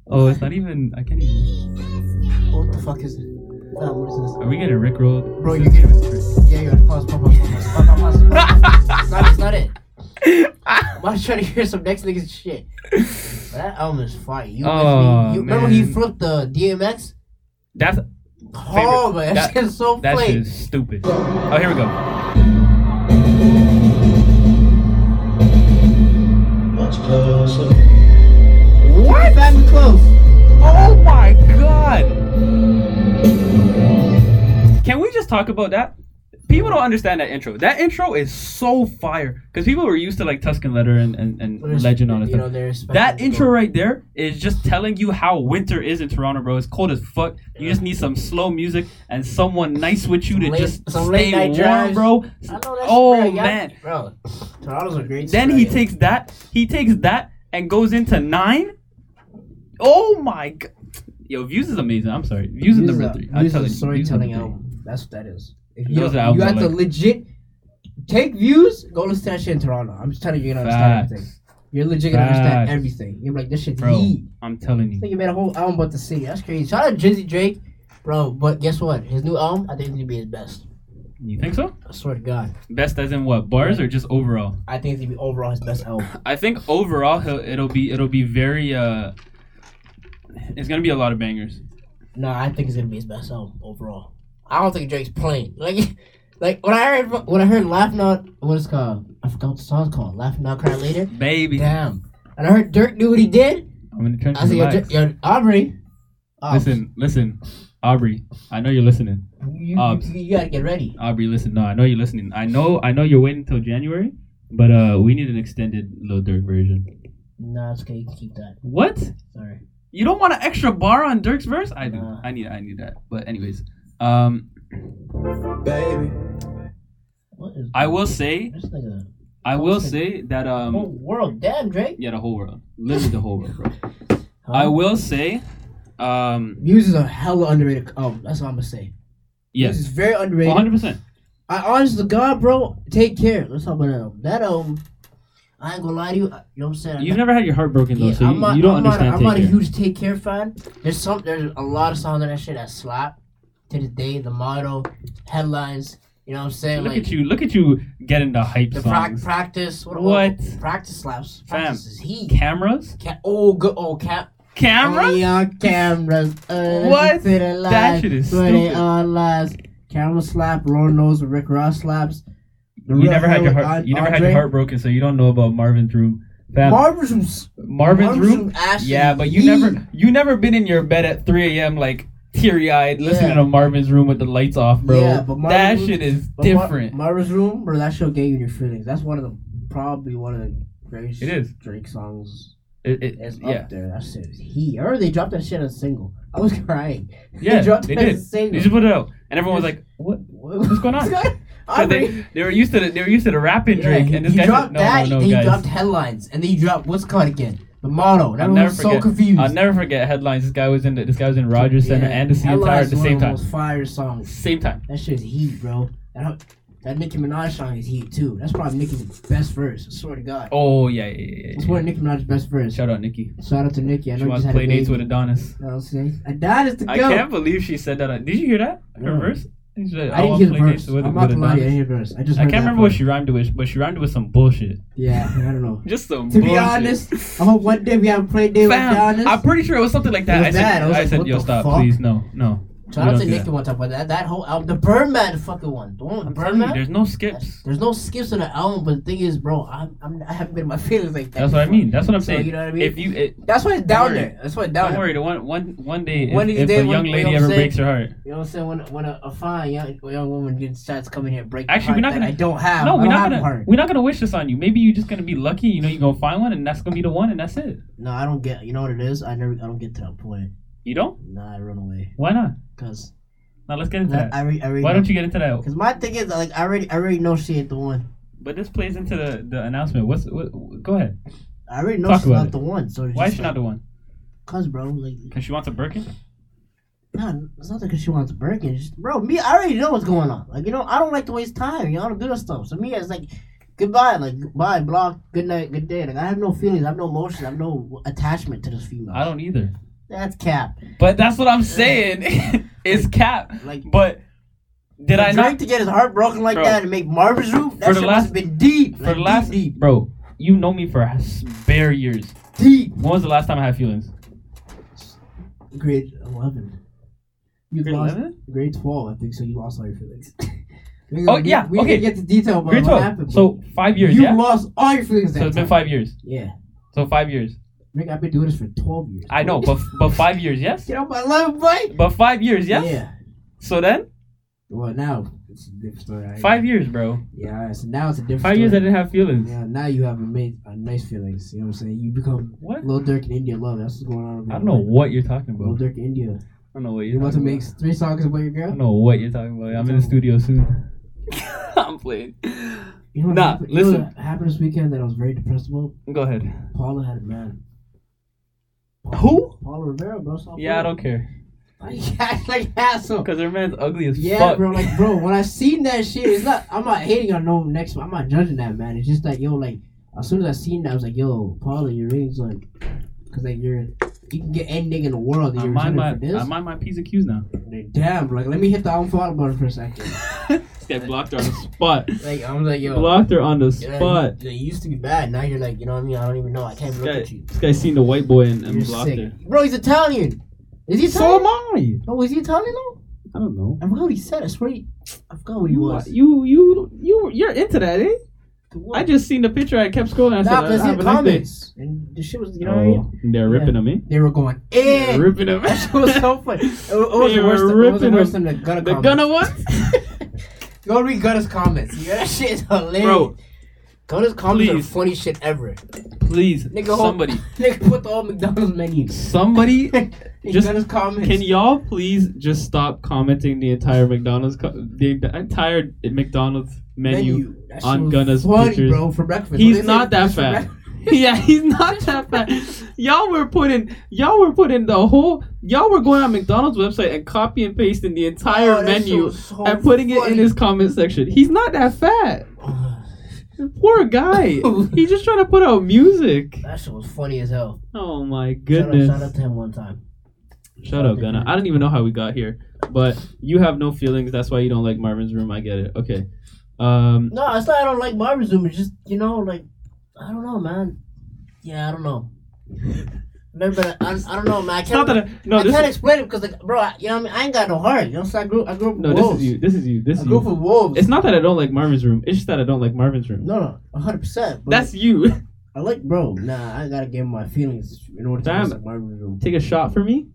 Oh, it's not even. I can't even. What the fuck is it? Nah, what is Are we getting rickrolled? this? Bro, you get it. Yeah, you gotta pause, pause, pause, pause, pause, pause, pause, pause, pause. It's not, it's not it. I'm not trying to hear some next nigga's shit. But that album is fire. You, Oh, you remember he man. flipped the DMX? That's Oh, man, That- that, shit's so that shit plain. is stupid. Oh, here we go. Much closer. What? Family close. Oh my god. Can we just talk about that? people don't understand that intro. That intro is so fire because people were used to like Tuscan letter and and, and legend on it. You know, stuff. they're That respectable. intro right there is just telling you how winter is in Toronto, bro. It's cold as fuck. You just need some slow music and someone nice with you to Some late- just some stay late-night warm, drives. bro. I know that's Oh, right, y'all- man. bro, Toronto's a great. Then he spread. takes that. He takes that and goes into nine. Oh my god. Yo, views is amazing. I'm sorry, views, is This number a- three. I'm This is telling you, a Views is number storytelling three. album. That's what that is. If Those you, are the you albums I have to like. legit take views, go listen to that shit in Toronto. I'm just telling you, you're gonna understand everything. Facts, You're legit gonna understand Facts. everything. You're like, this shit's bro. heat. I'm telling I you. think he made a whole album about the city. That's crazy. Shout out Drizzy Drake, bro. But guess what? His new album, I think, it's gonna be his best. You think so? I swear to God, Best as in what bars or just overall? I think it's gonna be overall his best album. I think overall he'll, it'll be it'll be very uh. It's gonna be a lot of bangers. No, I think it's gonna be his best album overall. I don't think Drake's playing. Like, like when I heard when I heard Laugh Not, what it's called? I forgot what the song's called. Laugh Not, Cry Later. Baby, Damn. And I heard Dirk do what he did. I'm in the trenches. I said, yo, relax. Dirk, yo Aubrey. Obs, Listen, listen, Aubrey. I know you're listening. you, you, Obs. you gotta get ready. Aubrey, listen. No, I know you're listening. I know, I know you're waiting until January, but uh, we need an extended Lil Durk version. Nah, it's okay. You can keep that. What? Sorry. You don't want an extra bar on Dirk's verse? I do. Nah. I need, I need that. But anyways, um, Baby. What is I will say, This nigga. I will say that Whole um, world. Damn, Drake. yeah, the whole world, literally the whole world, bro. Oh. Huh? I will say, um, Muse is a hella underrated album. That's what I'm gonna say. Muse yes, is very underrated. one hundred percent. I honest to God, bro, take care. Let's talk about that album. That album, I ain't gonna lie to you. I- You know what I'm saying? You've never had your heart broken though, Yeah, so you, I'm not- you don't I'm not- understand. I'm not a Take Care. huge Take Care fan. There's some. There's a lot of songs on that shit that slap. To this day, the motto, headlines. You know what I'm saying? Look like at you! Look at you getting the hype the prac- songs. practice. What? What? Practice slaps. Fam. Practice is heat. Cameras? Ca- oh, good. Oh, cap. Cameras? Only on cameras. Uh, What? To the lies, That shit is but stupid. it all lies. Camera slap. Lauren knows what Rick Ross slaps. The You real never had your heroin heart. on you never had Andre. your heart broken, so you don't know about Marvin's room. Fam, Marvin's room. Marvin's, room. ass is Yeah, but you heat. never you never been in your bed at 3 a.m. like teary eyed listening Yeah. to Marvin's room with the lights off, bro. Yeah, but Marvin's that room- shit is But Mar- different. Marvin's room, bro. That show gave you your feelings. That's one of the probably one of the greatest. It is. Drake songs. It- it- It's yeah, up there. That shit is heat. I remember they dropped that shit as a single. I was crying. yeah, they dropped they it as did. a single. They just put it out, and everyone was like, "What?" What- What's going on? Because Aubrey. they, they were used to the, they were used to the rapping Yeah, Drake, he, and this he guy dropped said, "No, that, no, no, then he dropped guys." headlines, and then he dropped what's it called again? The motto. And I'll never everyone's so forget. confused. I'll never forget headlines. This guy was in the, this guy was in Rogers Center and the CN Tower at Headlines the is one same of the time. Most fire songs. Same time. That shit's heat, bro. That, that Nicki Minaj song is heat too. That's probably Nicki's best verse. I swear to God. Oh yeah, yeah, yeah. It's yeah. one of Nicki Minaj's best verse. Shout out Nikki. Shout out to Nicki. I know She you wants just to had a play dates baby. with Adonis. You know what I'm saying? Adonis to go. I can't believe she said that. Did you hear that? Her No. verse. She said, I didn't wanna hear the play dates verse. with- I'm not with gonna lie, I Adonis. didn't hear the verse. I just I can't heard that remember what part. she rhymed with, but she rhymed with some bullshit. Yeah, I don't know. Just some. To be bullshit. honest, I hope one day we have a play date with Fam, Adonis. I'm pretty sure it was something like that. It was I said, that. I was I like, said, what yo, the stop, fuck?" please, no, no. Shout out We to don't do Nick that. one time, but that, that whole album, the Birdman, the fucking one, the one I'm with telling you, Birdman. there's no skips. There's no skips on the album, but the thing is, bro, I'm, I'm I haven't been in my feelings like that. That's what I before. mean. That's what I'm So, saying. you know what I mean? If you, it, That's why it's Don't down worry. there. That's why it's down don't there. worry. The one, one, one day, One of if, these if days a when- young when lady I'm ever saying- breaks her heart, You know what I'm saying? When when a, a fine young young woman gets- starts coming here, break Actually, we're not that gonna- I don't have. no, I we're don't not have gonna, a heart. we're not gonna wish this on you. Maybe you're just gonna be lucky. You know, you're gonna find one, and that's gonna be the one, and that's it. No, I don't get. You know what it is? I never. I don't get to that point. You don't? Nah, I run away Why not? because Now let's get into I, that. I, re- I Why don't you get into that? Because my thing is like I already I already know she ain't the one. But this plays into the, the announcement. What's what, go ahead? I already know Talk she's about not it. the one. So Why is she not the one? Cause bro, like Cause she wants a Birkin. Nah, it's not because she wants a break. It's just, bro, me, I already know what's going on. Like, you know, I don't like to waste time. You know, I don't do that stuff. So, me, it's like, goodbye, like, bye, block, good night, good day. Like, I have no feelings, I have no emotions, I have no attachment to this female. I don't either. That's cap. But that's what I'm saying. it's cap. Like, But did I Drake not? to get his heart broken like Bro. that and make Marvin's roof? That For the shit last- must have been deep. For like, the last, deep, bro, you know me for s- bare years. deep, When was the last time I had feelings? deep. Grade eleven. You Grade lost 11? grade twelve, I think. So you lost all your feelings. Oh, yeah, We didn't okay. get to detail about Grade what 12. happened. So five but years. you yeah. lost all your feelings. That So it's been time. five years. Yeah. So five years. Nigga, I've been doing this for 12 years. I know, but but five years, yes. Get out my love, boy. But five years, yes. Yeah. So then, Well, now it's a different story. I- Five years, bro. Yeah, so now it's a different. Five years I story. didn't have feelings. Yeah, now you have a, ma- a nice feelings. You know what I'm saying? You become What? Lil Durk in India love. That's what's going on. over I don't there. know what you're talking Lil about. Durk in India. I don't know what You you're want to talking make about. three songs about your I don't girl? know what you're talking about. I'm in the studio soon. I'm playing. You know what Nah, happened, you know listen. what happened this weekend that I was very depressed about? Go ahead. Paula had a man. Paula- Who? Paula Rivera, bro. Stop Yeah, I playing. don't care. Like, act like an asshole. Because her man's ugly as Yeah, fuck. bro. Like, bro, when I seen that shit, it's not. I'm not hating on no next. I'm not judging that man. It's just like, yo, like as soon as I seen that, I was like, yo, Paula, your rings, like, cause like you're, you can get any nigga in the world, and I you're mind returning Uh, my for this. I mind my p's and q's now. Like, damn, bro. Like, let me hit the unfollow button for a second. Get blocked her on the spot. Like, I'm like, yo. Blocked her on the yeah, spot. you, you used to be bad. Now you're like, you know what I mean? I don't even know. I can't This even look guy, at you. this guy seen the white boy and, and You're blocked sick. her. Bro, he's Italian. Is he So Italian? am I. Oh, is he Italian though? I don't know. I forgot what he said. I swear, he, I forgot what he You was. you you you you're into that, eh? I just seen the picture. I kept scrolling. I said, nah, because "Ah, he have had a nice day." comments, and the shit was, you know what I mean? Oh, they're Yeah. ripping them, eh? They were going, eh. They're ripping them. that shit was so funny. It, was- it was They worse were than, it was ripping worse him. than the Gunna The comments. Gunna ones? Go read Gunna's comments. Yeah, that shit is hilarious. Bro. Gunna's comments are the Please. funny shit ever. Please, Nigga, hold- somebody, Nigga, put the whole McDonald's menu. somebody, Just Just- Gunna's comments. can y'all please just stop commenting the entire McDonald's, co- the entire McDonald's menu? That shit on was Gunna's funny, pictures. bro, for breakfast. He's What is not it? that It's for fat. breakfast. yeah, he's not that fat. Y'all were putting, y'all were putting the whole, y'all were going on McDonald's website and copy and pasting the entire Oh, that shit menu was so and putting it in funny. his comment section. He's not that fat. Poor guy. he's just trying to put out music. That shit was funny as hell. Oh my Shout out, goodness. shout out to him one time. Shout out, Gunna. I don't even know how we got here, but you have no feelings. That's why you don't like Marvin's room. I get it. Okay. Um, No, it's not. I don't like Barbie Zoom. It's just you know, like I don't know, man. Yeah, I don't know. Never been. I, I don't know, man. I it's not can't. that. I, no, I this can't is, explain it because, like, bro, I, you know, what I mean, I ain't got no heart. You know, so I grew, I grew up with no. wolves. This is you. This is you. This I is grew up you. with wolves. It's not that I don't like Marvin's room. It's just that I don't like Marvin's room. no, no, one hundred percent. That's you. I like, bro. Nah, I gotta give my feelings in order to Damn. like Barbie Zoom. Take a shot for me.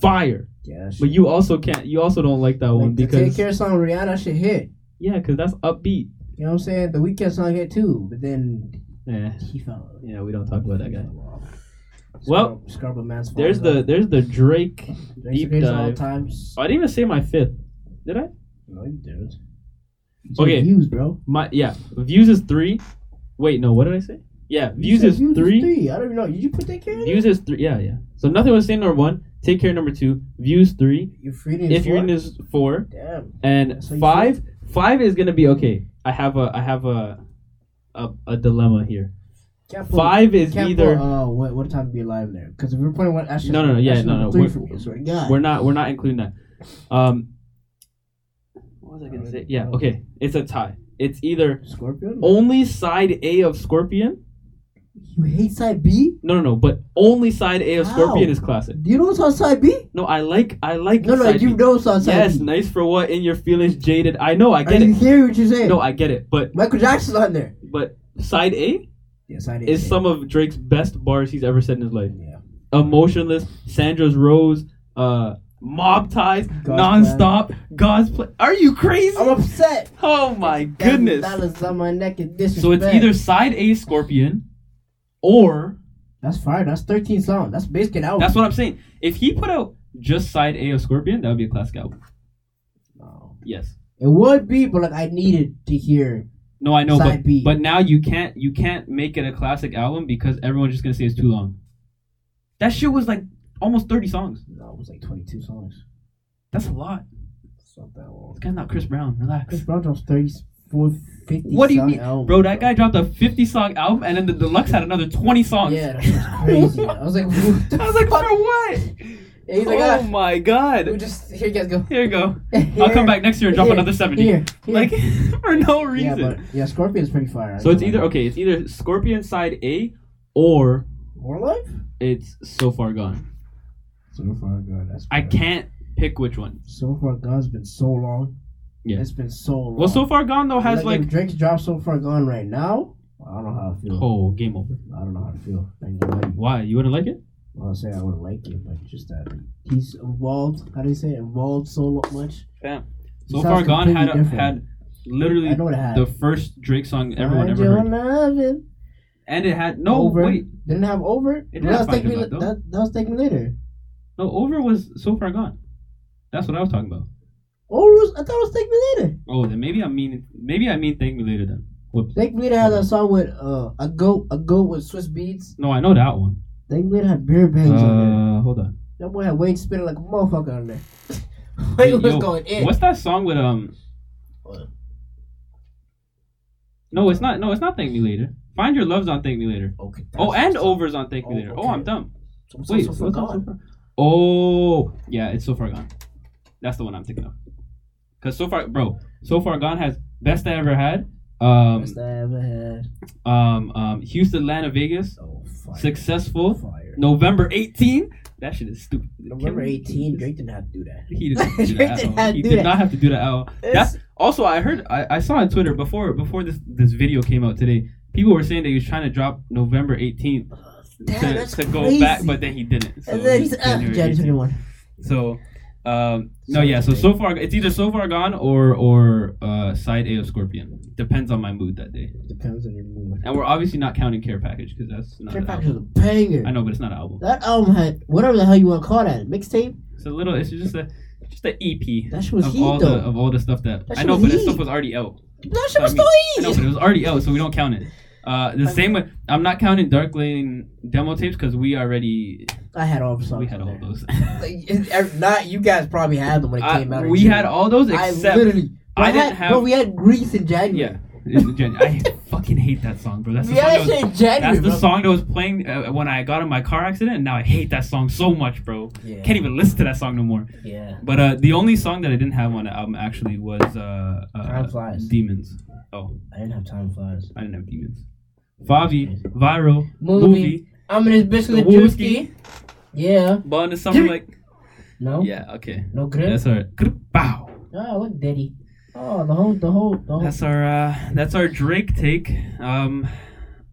Fire. Yeah, that shit- But you also can't. You also don't like that one like, the Take because Care song Rihanna should hit. yeah, because that's upbeat. You know what I'm saying? The Weeknd song hit too, but then Yeah. he fell. Yeah. We don't talk about that guy. Well, Well, Scarba Man's There's father. the there's the Drake. There's deep greatest of all dive. times. I didn't even say my fifth. Did I? No, you didn't. Okay. Views, bro. My yeah, views is three. Wait, no, what did I say? Yeah, You views said is three. I don't even know. Did you put that care? in? Views is three. Yeah, yeah. So nothing was saying number one. Take care number two. Views three. Your freedom. If you're in this four Damn. and So you five, five is gonna be okay. I have a I have a a, a dilemma here. Can't put- Five is can't either Put, uh, what what time to be alive there? Because if we're putting one, actually, No, no, no, yeah, no, no, Three we're- for me. I swear to God. we're not we're not including that. Um, what was I gonna say? Yeah, okay, it's a tie. It's either Scorpion. only side A of Scorpion. You hate side B? No, no, no. But only side A of How? Scorpion is classic. Do you know what's on side B? No, I like I like. No, no, side you B. know what's on side Yes, B. nice for what in your feelings jaded. I know, I Are get you it. hearing what you're saying? No, I get it. But Michael Jackson's on there. but side A Yes, I did. is some of Drake's best bars he's ever said in his life. Yeah. Emotionless, Sandra's Rose, uh, Mob Ties, God's Nonstop, God's Play. Are you crazy? I'm upset. Oh my goodness. Dollars on my neck and disrespect. So it's either side A Scorpion or That's fire. That's 13 songs. That's basically out. that's what I'm saying. If he put out just side A of Scorpion, that would be a classic album. No. Yes. It would be, but like I needed to hear. No, I know, Side but B. but now you can't you can't make it a classic album because everyone's just gonna say it's too long. That shit was like almost thirty songs. No, it was like 22 songs. That's a lot. It's not that long. This guy's not Chris Brown. Chris Relax. Brown drops 34, 50 What do you song mean, album, bro? That guy dropped a fifty song album, and then the deluxe had another twenty songs. Yeah, that was crazy. I was like, what the I was like, for fuck? what? And he's like, oh ah, my we god. just here you guys go. Here you go. I'll come back next year and drop Here, another seventy. Here, here. Like for no yeah, reason. but yeah, Scorpion's pretty fire. I so it's know. either okay. It's either Scorpion side A, or More life. it's So Far Gone. So far, God, that's I fire. can't pick which one. So far, Gone's been so long. Yeah. It's been so long. Well, so far gone though has like, if Drake's drop so far gone right now. I don't know how I feel. oh game over. I don't know how to feel. I ain't gonna lie to you. Why you wouldn't like it? Well, I'll say I would like it, but just that he's evolved. How do you say it? evolved so lo- much? So Sounds far gone had completely different. had literally I know what it had. the first Drake song everyone Find ever your heard, love and and it had no over. wait Didn't have over. It did that, have was Find take me, Your Love, that, though. that was take me later. no over was so far gone. That's what I was talking about. Over was, I thought it was take me later. Oh, then maybe I mean maybe I mean thank me later then. Whoops. Take me later has a song with uh, a goat, a goat with Swiss beats. No, I know that one. Take me later had beer bangs on there. Uh, hold on. That boy had Wayne spinning like a motherfucker on there. Wayne was Yo, going in. What's that song with um? What? No, it's not. No, it's not. Thank me later. Find your loves on Thank Me Later. Okay. Oh, and overs on Thank Me Oh, Later. Oh, I'm okay. dumb. So- so- Wait, so what's far on so gone. far? Oh, yeah, it's so far gone. That's the one I'm thinking of. Cause so far, bro, so far gone has best I ever had. Um, Best I ever had. um, um, Houston, Atlanta, Vegas, Oh, fire. successful. Fire. November 18th. That shit is stupid. November 18, Drake didn't have to do that. He didn't do that. Drake at did all. not he do did that. not have to do that at all. It's- That's also I heard I, I saw on Twitter before before this this video came out today. People were saying that he was trying to drop November 18th Damn, to, that's to go crazy. back, but then he didn't. So and then he's it's ah, January January 18th. 21. So, um, no, So yeah. So today. so far it's either so far gone or or uh, side A of Scorpion. Depends on my mood that day. Depends on your mood. And we're obviously not counting Care Package because that's not. Care an Package album. was a banger. I know, but it's not an album. That album had whatever the hell you want to call that mixtape. It's a little. It's just a just an EP That shit was of heat all though. the of all the stuff that, That I shit know, was but that heat. stuff was already out. that shit I was mean, I still know, heat. but it was already out, so we don't count it. Uh, the I same way, I'm not counting Dark Lane demo tapes because we already I had all the songs. we had on all there. those. Like, it- ev- not you guys probably had them when it I- came out. in we June. had all those I except literally. I I didn't had, have- Bro, we had Grease in January. yeah. in January. I fucking hate that song, bro. That's the, we had song that that, shit was, in January. that's the bro. song that was playing uh, when I got in my car accident, and now I hate that song so much, bro. Yeah. Can't even listen to that song no more. Yeah. But uh, the only song that I didn't have on the album actually was uh, Time uh, Flies. Demons. Oh, I didn't have time flies. I didn't have Demons. Favi, viral, Movie. movie, I'm in this bitch with The Drewski. Yeah. but in the summer, like, No. yeah, okay. No grip. That's our bow. Oh, look, Daddy. Oh, the whole, the whole, the whole. That's our uh, that's our Drake take. Um,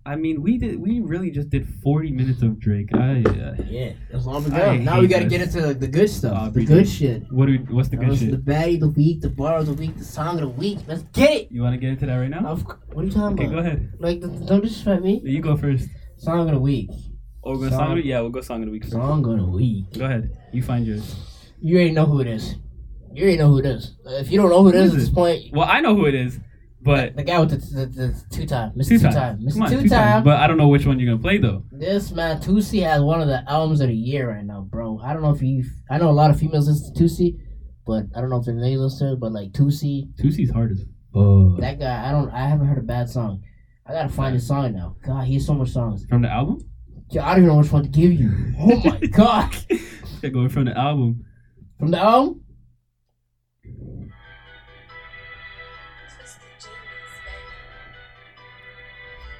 I mean, we did we really just did forty minutes of Drake. I uh, yeah, that's all we I got. Now we hate gotta this. get into like, the good stuff, Uh, the we good did. shit. what do we, what's the That good was the shit? baddie of the week, the bar of the week, the song of the week. Let's get it. You want to get into that right now? Of c- what are you talking Okay, about? go ahead. Like, th- don't disrespect me. You go first. Song of the week. Or go song. Song. of the- Yeah, we'll go song of the week. First. Song of the week. Go ahead. You find yours. You ain't know who it is. You ain't know who it is. Uh, If you don't know who it Who is is at this it? point, Well, I know who it is, but the guy with the, the, the two time, Mr. two Two times. Time, Come Mr. on, Two Time. But I don't know which one you're gonna play though. This man Tusi has one of the albums of the year right now, bro. I don't know if you, I know a lot of females listen to Tusi, but I don't know if they're male listeners. But like Tusi, Tusi's hard as fuck. that guy, I don't, I haven't heard a bad song. I gotta find his song now. God, he has so much songs. From the album? Yo, I don't even know which one to give you. Oh my god! Going from the album. From the album,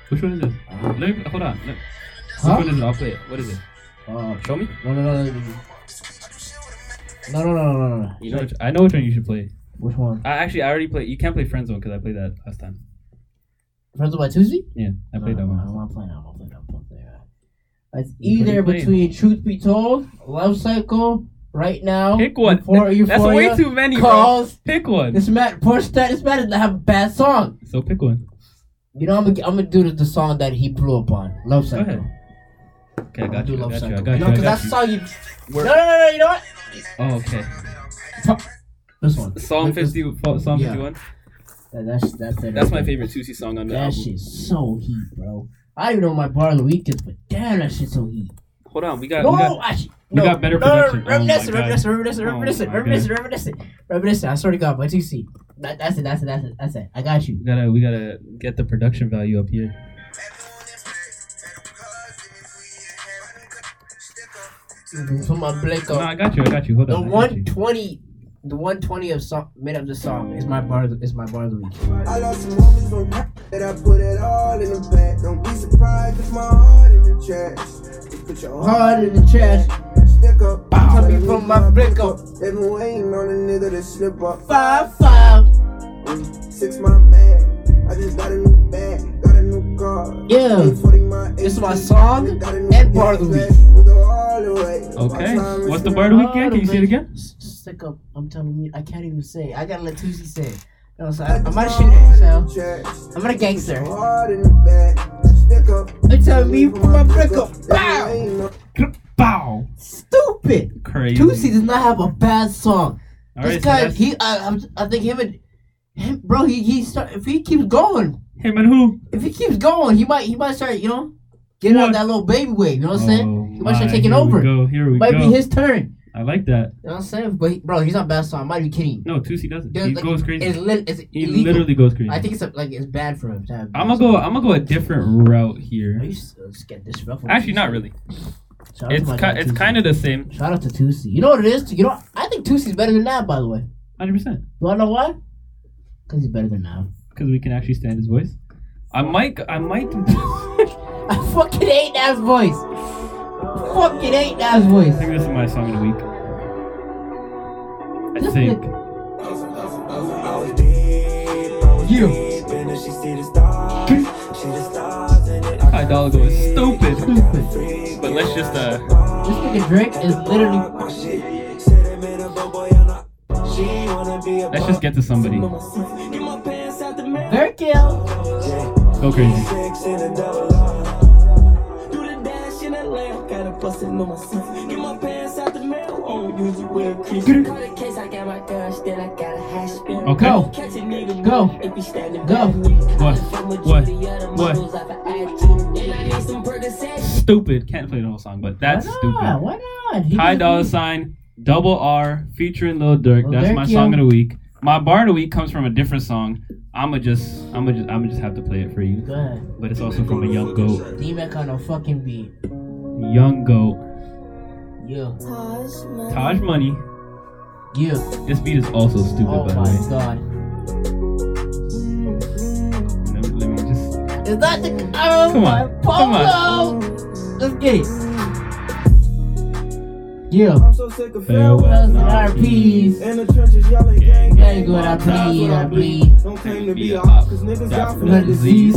Which one is this? Let me hold on. Let, Uh-huh. huh? Which one is it? I'll play it. What is it? Oh, Show me. no, no, no, no, no, no, no, no, no, no. You know, which, I know which one you should play. Which one? I actually, I already played. You can't play Friendzone because I played that last time. Friends of my Tuesday? Yeah, I played that no, no, one. I don't want to play that one. I don't want to play that one. It's Which one either you playing? between Truth Be Told, Love Cycle, Right Now, Pick one. Euphor- That's Euphoria, way too many, bro. Calls. Pick one. This man, Porsche, this man doesn't have a bad song. So pick one. You know, I'm gonna, I'm gonna do the, the song that he blew up on, Love Cycle. ahead. Okay, I I'm gonna got do you. I Love got you. I Cycle. got you. no, I because got that you. song you. No, We're- no, no, no, you know what? Oh, okay. This one. Psalm This- 50, Psalm 51. Yeah. that- That's that's it. That's my favorite Susie song on the That album. shit's so heat, bro. I don't even know what my bar of the week is, but damn, that shit's so heat. Hold on, we got. No, we got I sh- we no, got better no, no, no, production. Oh Reminiscent, my God. reminiscent, reminiscent, Oh reminiscent, my God. reminiscent, reminiscent, reminiscent. I swear to God, my two C. That, that's it. That's it. That's it. That's it. I got you. we gotta we gotta get the production value up here. Put my uh, blink No, up. I got you. I got you. Hold The on. I got you. one twenty, the one twenty of song made up the song is my bar. Is my bar of the week. I lost some homies on rap that I put it all in the back. Don't be surprised if my heart in the trash. You put your Hard in the trash. Stick up. Bow. Tell me from my blick up. up. They been waiting on a nigga to slip up. uh, Five five. Six my man. I just got a new bag, got a new car. Yeah. This is my song and bar of the week. week. Oh. Okay. What's the bar of the week? again? Can you say it again? S- sick of. I'm telling you, I can't even say. I gotta let Tusi say. it. You know, so I, I'm not shitting myself. I'm not a gangster. Hard in the back, stick up. You tell me for my brick up. Wow, Bow. stupid. Crazy. Tusi does not have a bad song. All this right, so guy, that's he, I, I'm, I think him and him, bro, he, he start if he keeps going, him and who? if he keeps going, he might, he might start, you know, getting on What? that little baby wave. You know what I'm saying? Oh He might start my, taking here over. We go. Here we might go. be his turn. I like that. You know what I'm saying? But he, bro, he's not bad song. I might be kidding. No, Tusi doesn't. There's he like- goes crazy. It's, lit, it's He illegal. literally goes crazy. I think it's a, like it's bad for him. To have I'm gonna go. I'm gonna go a different route Are here. you s- let's get this rough with Actually, Tusi. not really. Shout out to It's my ki- guy, it's Tusi. kind of the same. Shout out to Tusi. You know what it is? You know, I think Tusi's better than that. By the way, you 100 percent wanna know why? Cause he's better than Nav. because we can actually stand his voice. I might. I might do this. I fucking hate Nav's voice. Fucking hate Nav's voice. I think this is my song of the week. I think. You. High dollar goes stupid. But let's just uh. This nigga Drake is literally. Let's just get to somebody. Drake ill. Go crazy. Okay. Go. Go. Go. What? What? What? What? Stupid. Can't play the whole song, but that's Why not? stupid. Why not? Ah, He High just- dollar sign, double R, featuring Lil Durk. Lil That's my Durk, song yo. of the week. My bar of the week comes from a different song. I'ma just, I'ma just, I'ma just have to play it for you. Go ahead. But it's also from a young goat. D-Mac on a fucking beat. Young goat. Yeah. Taj Money. Yeah. This beat is also stupid, Oh by the way. my god. Let me, let me just. Is that the. Oh Come my on. Come polo! on. Let's get it. Yeah. I'm so sick of Fellas Farewell, and now RPs. In the trenches, yelling gang, Gotta go out, bleed, I bleed. Don't claim to be a hop, cause niggas Got got from from the that disease.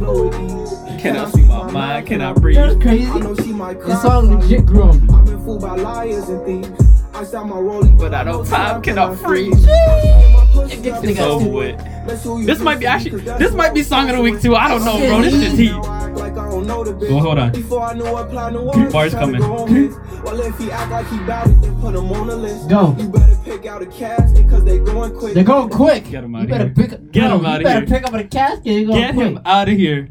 disease. Can I see my mind? Can I breathe? That's crazy. I know she might cry. This song legit grew on me. I've been fooled by liars and thieves. I saw my rollie, But I don't time, can I freeze? It's over with. This might be actually, this might be song of the week too. I don't know, bro. This is heat. Go Go, hold on. Before I knew what plan to Keep work, bars tried to coming. go on his. Well, if he act like he bout it, then put him on the list. Go. You better pick out a casket, cause they going quick. They're going quick. Get him You outta better here. Pick, up- Get bro, him outta You better here. pick up the casket. They're going Get quick. him out of here.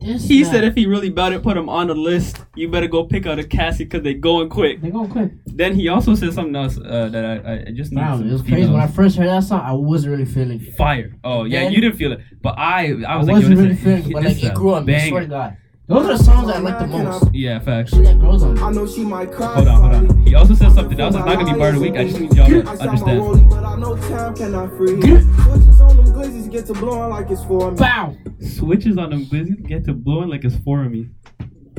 This He man. said if he really about it, put him on the list. You better go pick out a casket because they going quick. They're going quick. Then he also said something else uh, that I, I- I just need Wow, some it was crazy. females. When I first heard that song, I wasn't really feeling it. Fire. Oh yeah, Then- you didn't feel it, but I I I, was was like, yo, not this really is- feeling it, but this like is it a grew on me. I banger. swear to God. Those are the songs I like the most. Yeah, facts. Shit that grows on me. I know she might cry. Hold on, hold on. He also said something else. That's It's not gonna be bar of the week. I just need y'all to understand. but I know time cannot free. Get it. Switches on them glizzies get to blowing like it's for me. Bow. Switches on them glizzies get to blowing like it's for me.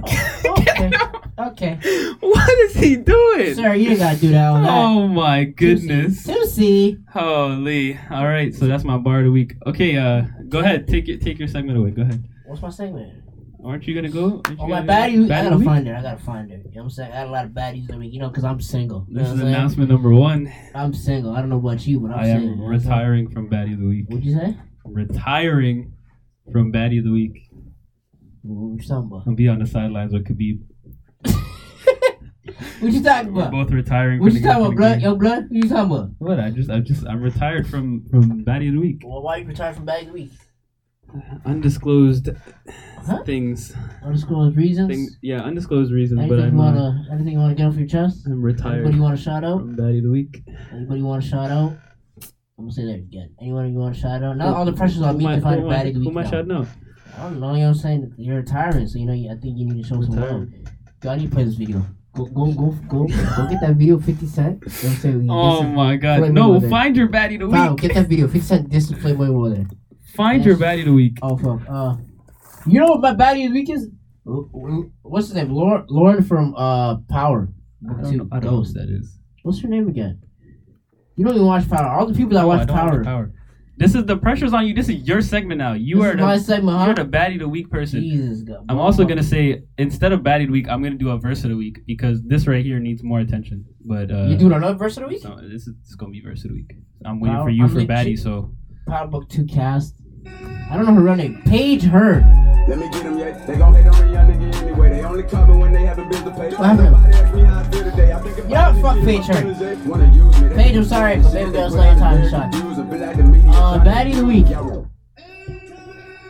Okay. okay. What is he doing? Sir, you didn't gotta do that on that. Oh my goodness. Tootsie. Holy. All right, so that's my bar of the week. Okay, uh, go ahead. Take your take your segment away. Go ahead. What's my segment? Aren't you gonna go? Aren't you Oh, my gonna- baddie. I baddie gotta week? find her. I gotta find her. You know what I'm saying? I got a lot of baddies in me, you know, because I'm single. You know This what is I'm saying? announcement number one. I'm single. I don't know about you, but I'm I single. am you know what I'm saying? retiring from Baddie of the Week. What'd you say? Retiring from Baddie of the Week. What you talking about? I'll be on the sidelines with Khabib. What you talking We're about? both retiring. What from you the- talking about, from the blood? game. Yo, blood? What you talking about? What? I just, I just, I'm retired from from Baddie of the Week. Well, why you retired from Bag of the Week? Undisclosed Huh? things. Underscore reasons. Thing, yeah, undisclosed reasons. anything But you I'm, uh, wanna, anything you wanna get off your chest? I'm Anybody you retired wanna shout out? from Baddie of the Week. Anybody you want to shout out? I'm gonna say that again. Anyone you want to shout out? Not all the pressure's on me to find a who am I- baddie of Who the week. am I now. shouting out? I don't know. You know what I'm saying? You're retiring, so you know. You, I think you need to show some love. Retired. Yo, I need to play this video. Go, go, go, go, go! Get that video, 50 Cent. You know what I'm saying? We Oh diss- my god. Floyd No, Mayweather. find your baddie of the Wow, week. get that video. 50 Cent this play boy over there. Find your baddie of the week. Oh fuck. Uh, you know what my baddie of the week is? What's his name? Lauren, Lauren from uh Power. I don't know, I don't know what that is. What's her name again? You don't even watch Power. All the people that Oh, I watch don't watch Power. Power. This is the pressure's on you. This is your segment now. You This are is my the, segment, you're huh? the baddie the weak person. Jesus, God. I'm also gonna say instead of baddie of the week, I'm gonna do a verse of the week because this right here needs more attention. But uh, You doing another verse of the week? so this is it's gonna be verse of the week. I'm waiting Wow, for you I'm for legit- baddie. So Powerbook 2 cast. I don't know her real name. Paige Heard. Let me get them, yeah. They gon' hate on me, y'all nigga anyway. They only coming when they haven't built the pay. What happened? Nobody asked me how I feel today. I think Yeah, about it, fuck get Paige my Hurd. feelings, eh? Wanna use me, they Paige, I'm just sorry, wanna but maybe see that's me, they not put your out time there shot. to use a bit like the media, Uh, tryna baddie of the get week. y'all.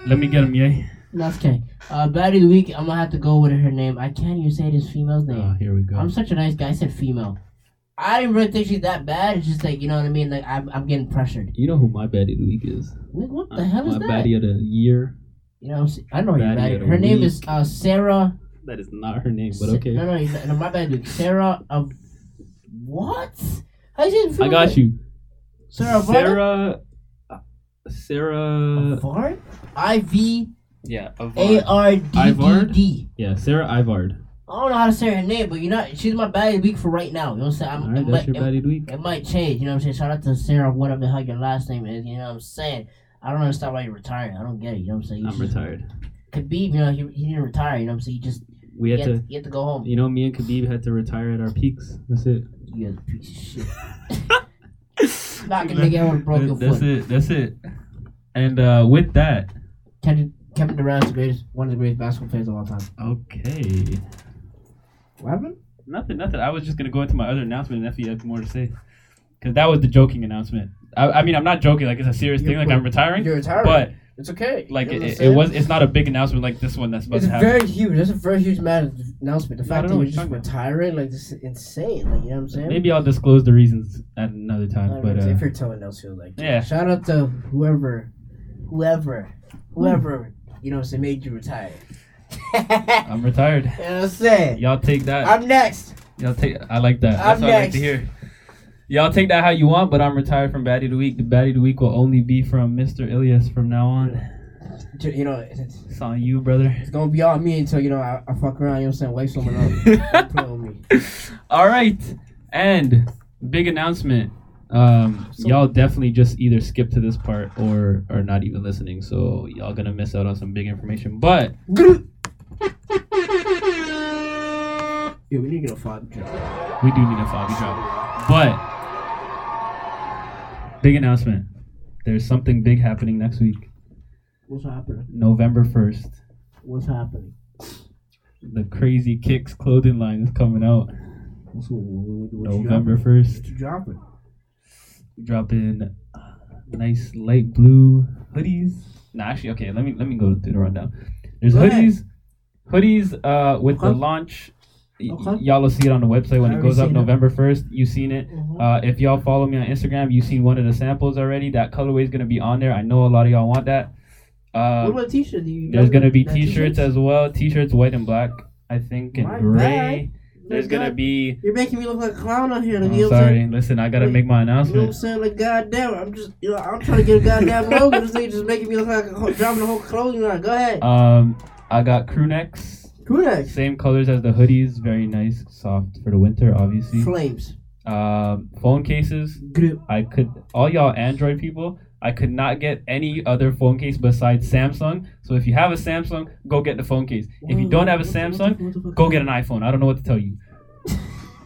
let me get him, yay. That's okay. Uh, Baddie of the Week, I'm gonna have to go with her name. I can't even say this female's name. Oh, here we go. I'm such a nice guy. I said female. I didn't really think she's that bad. It's just like, you know what I mean? Like, I'm, I'm getting pressured. you know who my baddie of the week is? Like, what the hell is my that? baddie of the year. You know what I'm saying? I know her. Baddie Baddie. of the Her name week. is uh, Sarah. That is not her name, but Sa- okay. No, no, you- no, my bad, dude. Sarah of. What? How you say the I female got name? you. Sarah Varda? Sarah. uh, Sarah. Vard? I V Yeah, A Ivard. R D D Ivard? D. Yeah, Sarah Ivard. I don't know how to say her name, but you know, she's my baddie of the week for right now. You know what I'm saying? I'm, All it right, might- that's your it- baddie of the week. It might change, you know what I'm saying? Shout out to Sarah, whatever the hell your last name is, you know what I'm saying? I don't understand why you're retiring. I don't get it, you know what I'm saying? You I'm just- retired. Khabib, you know, he, he didn't retire, you know what I'm saying? He just, We you had had, to. to, he had to go home. You know, me and Khabib had to retire at our peaks. That's it. You guys piece of shit. Not gonna make everyone broke your That's foot. it. That's it. And uh, with that, Kevin, Kevin Durant's the greatest, one of the greatest basketball players of all time. okay. What happened? Nothing, nothing. I was just gonna go into my other announcement, and if you have more to say, because that was the joking announcement. I, I mean, I'm not joking. Like it's a serious thing. Like I'm retiring, You're retiring. but it's okay. like You it, know what I'm it, it saying? was. It's not a big announcement like this one that's supposed It's to happen. very huge. That's a very huge matter announcement. The I fact don't that know you're what you're just talking about. retiring, like, this is insane. Like, you know what I'm saying? Maybe I'll disclose the reasons at another time. Not But really, uh, if you're telling else who like yeah. shout out to whoever whoever whoever you know what I'm saying made you retire. you know what I'm retired. I'm saying? Y'all take that. I'm next. Y'all take. I like that. That's I'm what I like next. to hear. Y'all take that how you want, but I'm retired from Baddie of the Week. The Baddie of the Week will only be from Mr. Ilias from now on. Ju- You know, it's, It's on you, brother. it's gonna be all me until you know I, I fuck around. You know what I'm saying? Wipe someone up. Don't play with me. All right, and big announcement. Um, So- y'all definitely just either skip to this part or are not even listening, so y'all gonna miss out on some big information. But Dude, we need to get a fob job. we do need a foggy drop. But big announcement. There's something big happening next week, What's happening? November first. What's happening? The Crazy Kicks clothing line is coming out What's what, what, what, what you November dropping? first. What you dropping? Dropping uh, nice light blue hoodies. Nah, actually, okay. Let me let me go through the rundown. There's Go ahead. hoodies, hoodies uh, with the Okay. launch. Y- Okay. Y'all will see it on the website when I it already goes up seen it. November first. You seen it. Mhm. Uh, if y'all follow me on Instagram, you seen one of the samples already. That colorway is gonna be on there. I know a lot of y'all want that. what Uh, about t-shirt? Do you there's got gonna be that t-shirts as well. T-shirts, white and black, I think, and My gray. There's Like gonna that? be. You're making me look like a clown on here. Like, you know I'm what I'm saying? sorry. Listen, I gotta Wait. make my You know what I'm announcement. saying? Like, goddamn, I'm just, you know, I'm trying to get a goddamn logo. This thing just making me look like a ho- dropping a whole clothing line. Go ahead. Um, I got crew necks. Who next? Same colors as the hoodies. Very nice, soft for the winter, obviously. Flames. Um, phone cases. Group. I could all y'all Android people. I could not get any other phone case besides Samsung. So if you have a Samsung, go get the phone case. If you don't have a Samsung, go get an iPhone. I don't know what to tell you.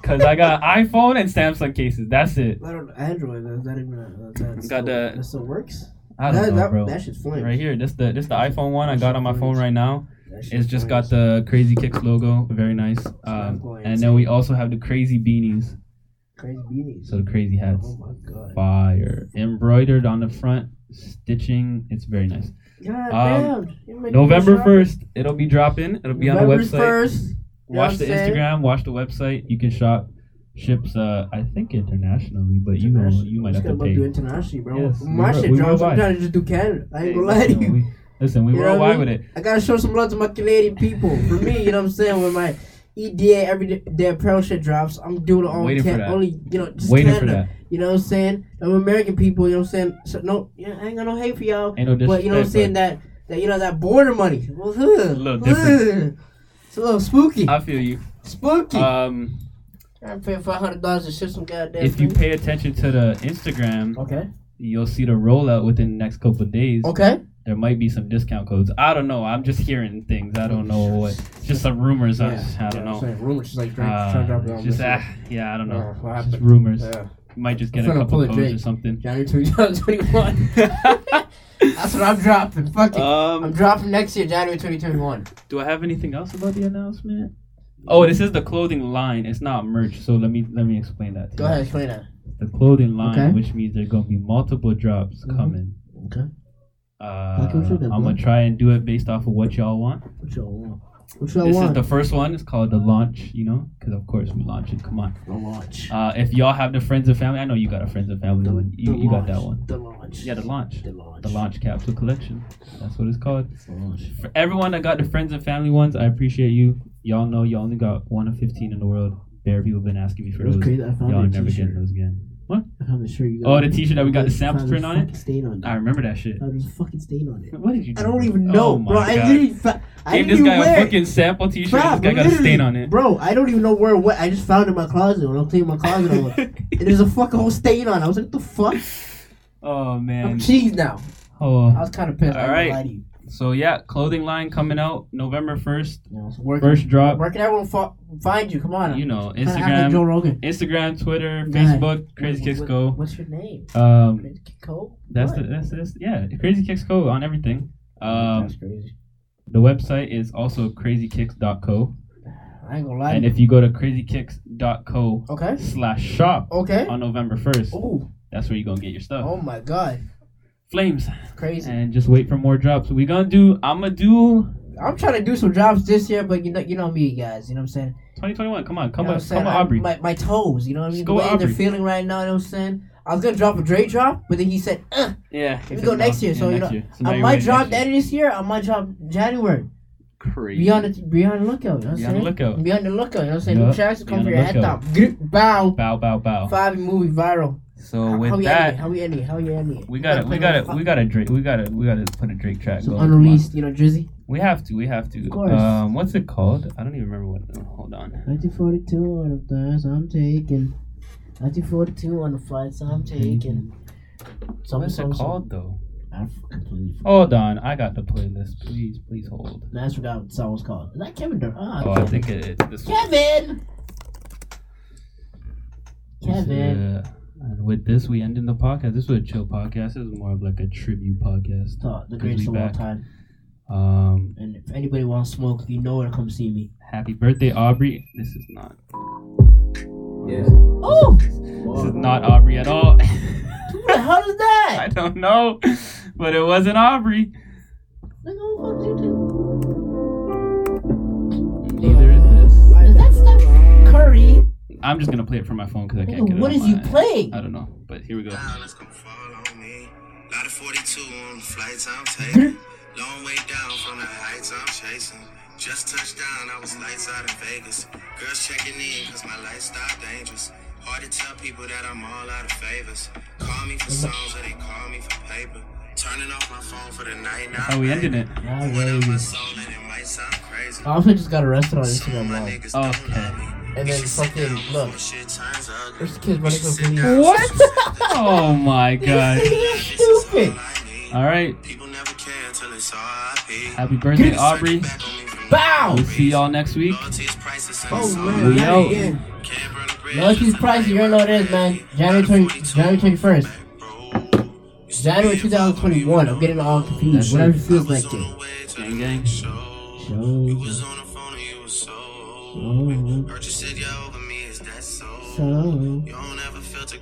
Cause I got an iPhone and Samsung cases. That's it. I don't know. Android. Is that even uh, that, Got still, the- that still works? I don't that, know, that, bro. that shit's flames. Right here, this the this the iPhone one I got on my phone right now. That shit's It's just got flames. the Crazy Kicks logo, very nice. Um, and then we also have the Crazy Beanies, crazy beanies. so the crazy hats. oh my god. fire embroidered on the front stitching it's very nice Goddamn. You're making me Um, november shopping. 1st it'll be dropping it'll be on November the website 1st. you know what watch I'm the saying? instagram watch the website you can shop ships uh i think internationally but you know International. you I'm might have just to gonna pay do internationally, bro. Yes, my we were- shit we drops. worldwide. I'm trying to just do Canada. I ain't gonna lie to Listen, you. we, listen we You know what I worldwide mean? with it I gotta show some love to my Canadian people. For me, you know what I'm saying? When my E EDA everyday apparel shit drops, I'm doing it all Waiting for Can- that. only you know just waiting for Canada. that You know what I'm saying? I'm American people. You know what I'm saying? So, no, yeah, I ain't got no hate for y'all. ain't no disrespect, But you know what I'm saying? That that you know that border money. Well, huh, a little huh. different. Uh, It's a little spooky. i feel you spooky. um I'm paying five hundred dollars to ship some goddamn. if you thing. pay attention to the instagram okay. you'll see the rollout within the next couple of days. Okay. There might be some discount codes. I don't know. I'm just hearing things. I don't know what. Just some rumors. I, just- I don't know. Saying rumors, she's like, Drake, Uh, trying to drop it on just this ah, yeah, I don't know. Uh, what Just happened? rumors. Yeah. You might just get a Finna couple pull a codes or Drake. something. January 2021. That's what I'm dropping. Fuck it. I'm Um, dropping next year, January 2021. do I have anything else about the announcement? Oh, this is the clothing line. It's not merch. So let me let me explain that. To Go you. ahead, explain that. The clothing line, Okay. which means there's gonna be multiple drops Mhm. coming. Okay. Uh, Like what you I'm did, gonna man. try and do it based off of what y'all want. What y'all want? What y'all this want? is the first one. It's called the launch, you know, because of course we launch it. Come on. The launch. Uh, if y'all have the friends and family, I know you got a friends and family one. You, you got that one. The launch. Yeah, the launch. The launch. The launch capsule collection. That's what it's called. The launch. For everyone that got the friends and family ones, I appreciate you. Y'all know you only got one of 15 in the world. Bare people been asking me for those. crazy. I found Y'all the never getting t-shirt. those again. I found the shirt you Oh, the t shirt that we got the sample sample print on it? Stain on I remember that shit. There's a fucking stain on it. What did you do? I don't even Oh know, my bro. I God. literally, fa- I Gave didn't this even guy wear a it. fucking sample t shirt. This Bruh, guy got a literally, stain on it. Bro, I don't even know where what. I just found it in my closet when I'm cleaning my closet. I'm like, and there's a fucking whole stain on it. I was like, the fuck? oh, I'm man. cheese now. I Oh. was kind of pissed. All I right. right. lie to you. So, yeah, clothing line coming out November 1st. You know, so where, can- First drop. where can everyone fo- find you? Come on. You know, I'm trying to act like Joe Instagram, Rogan. Instagram, Twitter, Guys, Facebook, Crazy What- Kicks what- Go. What's your name? Um, Crazy Kid Co? that's the, What? that's that's yeah, Crazy Kicks Go on everything. Um, That's crazy. the website is also crazykicks.co, I ain't gonna lie. and to you. if you go to crazykicks.co okay. slash shop Okay. on November first, Oh, that's where you're gonna get your stuff. oh my God. Flames, Crazy. and just wait for more drops. We gonna do. I'm gonna do I'm trying to do some jobs this year, but you know, you know me, guys. You know what I'm saying? 2021. Come on, You come know on, what I'm saying? come on, I- Aubrey. My, my toes, you know what I mean? Just The go way they're Aubrey. feeling right now, you know what I'm saying? I was gonna drop a Dre drop, but then he said, uh, yeah, we go next year, so you know, I might drop the end of this year, I might drop January. Crazy. Be on the, be on the lookout, you know what I'm Be on saying? the lookout. Be on the lookout, you know what I'm saying? Yeah, New tracks be on come for the your head lookout. top. Grip, Bow. Bow, bow, bow. Five movie viral. So How- with how we that. ending it? How we ending it? How we ending it? We gotta, we play gotta, some we gotta Drake. We gotta, we gotta put a Drake track. Some going. Come on. unreleased, you know, Drizzy. We have to, we have to. Of course. Um, what's it called? I don't even remember what. oh, Hold on. 1942 on the flights I'm taking. 1942 on the flights I'm taking. Some- What's some- it some- called though? I f- completely forgot. Hold on, I got the playlist. Please, please hold. That's what that song was called. Is that Kevin Durant? Ah, Oh, I Kevin. think it. it this Kevin! this, Kevin. uh, and with this, we end in the podcast. This was a chill podcast. This is more of like a tribute podcast. Thought uh, the Good to greatest be of all back. time. Um, And if anybody wants smoke, you know where to come see me. happy birthday, Aubrey. This is not. Yeah. Oh! This is not Aubrey at all. Who the hell is I that? don't know, but it wasn't Aubrey. Nigga, who the fuck did you Neither is this. do? Is that Steph Curry? I'm just gonna play it from my phone because I can't Nigga, get it. what on is you my- playing? I don't know, but here we go. Dollars come fall on me. Lot of 42 on the flights I'm taking. Long way down from the heights I'm chasing. Just touched down, I was lights out in Vegas. Girls checking in, cause my lifestyle dangerous. Hard to tell people that I'm all out of favors. Call me for songs or they call me for paper. Turning off my phone for the night now. Oh, we ended it. Nah, Put out my baby. soul and it might sound crazy. I also just got arrested on Some of Instagram my Live. niggas Okay. don't love me. And You then should sit fucking- down before look. shit turns ugly. There's kids You running should from sit police. down Oh my god. This is all Stupid. I need. All right. People never care until it's RIP. Happy birthday, It's Aubrey. back on me for Bow! We'll see y'all next week. Loyalty is priceless and it's Oh, all man. We I out. need. Yeah. Can't burn a bridge Loyalty's with priceless, you already know what it is, man. January 20 January 21st. January 2021. I'm getting all confused. Whatever feels like it. Gang, gang. You was on the phone and you was so old. Heard you said you're over me, is that so? So. You don't ever feel to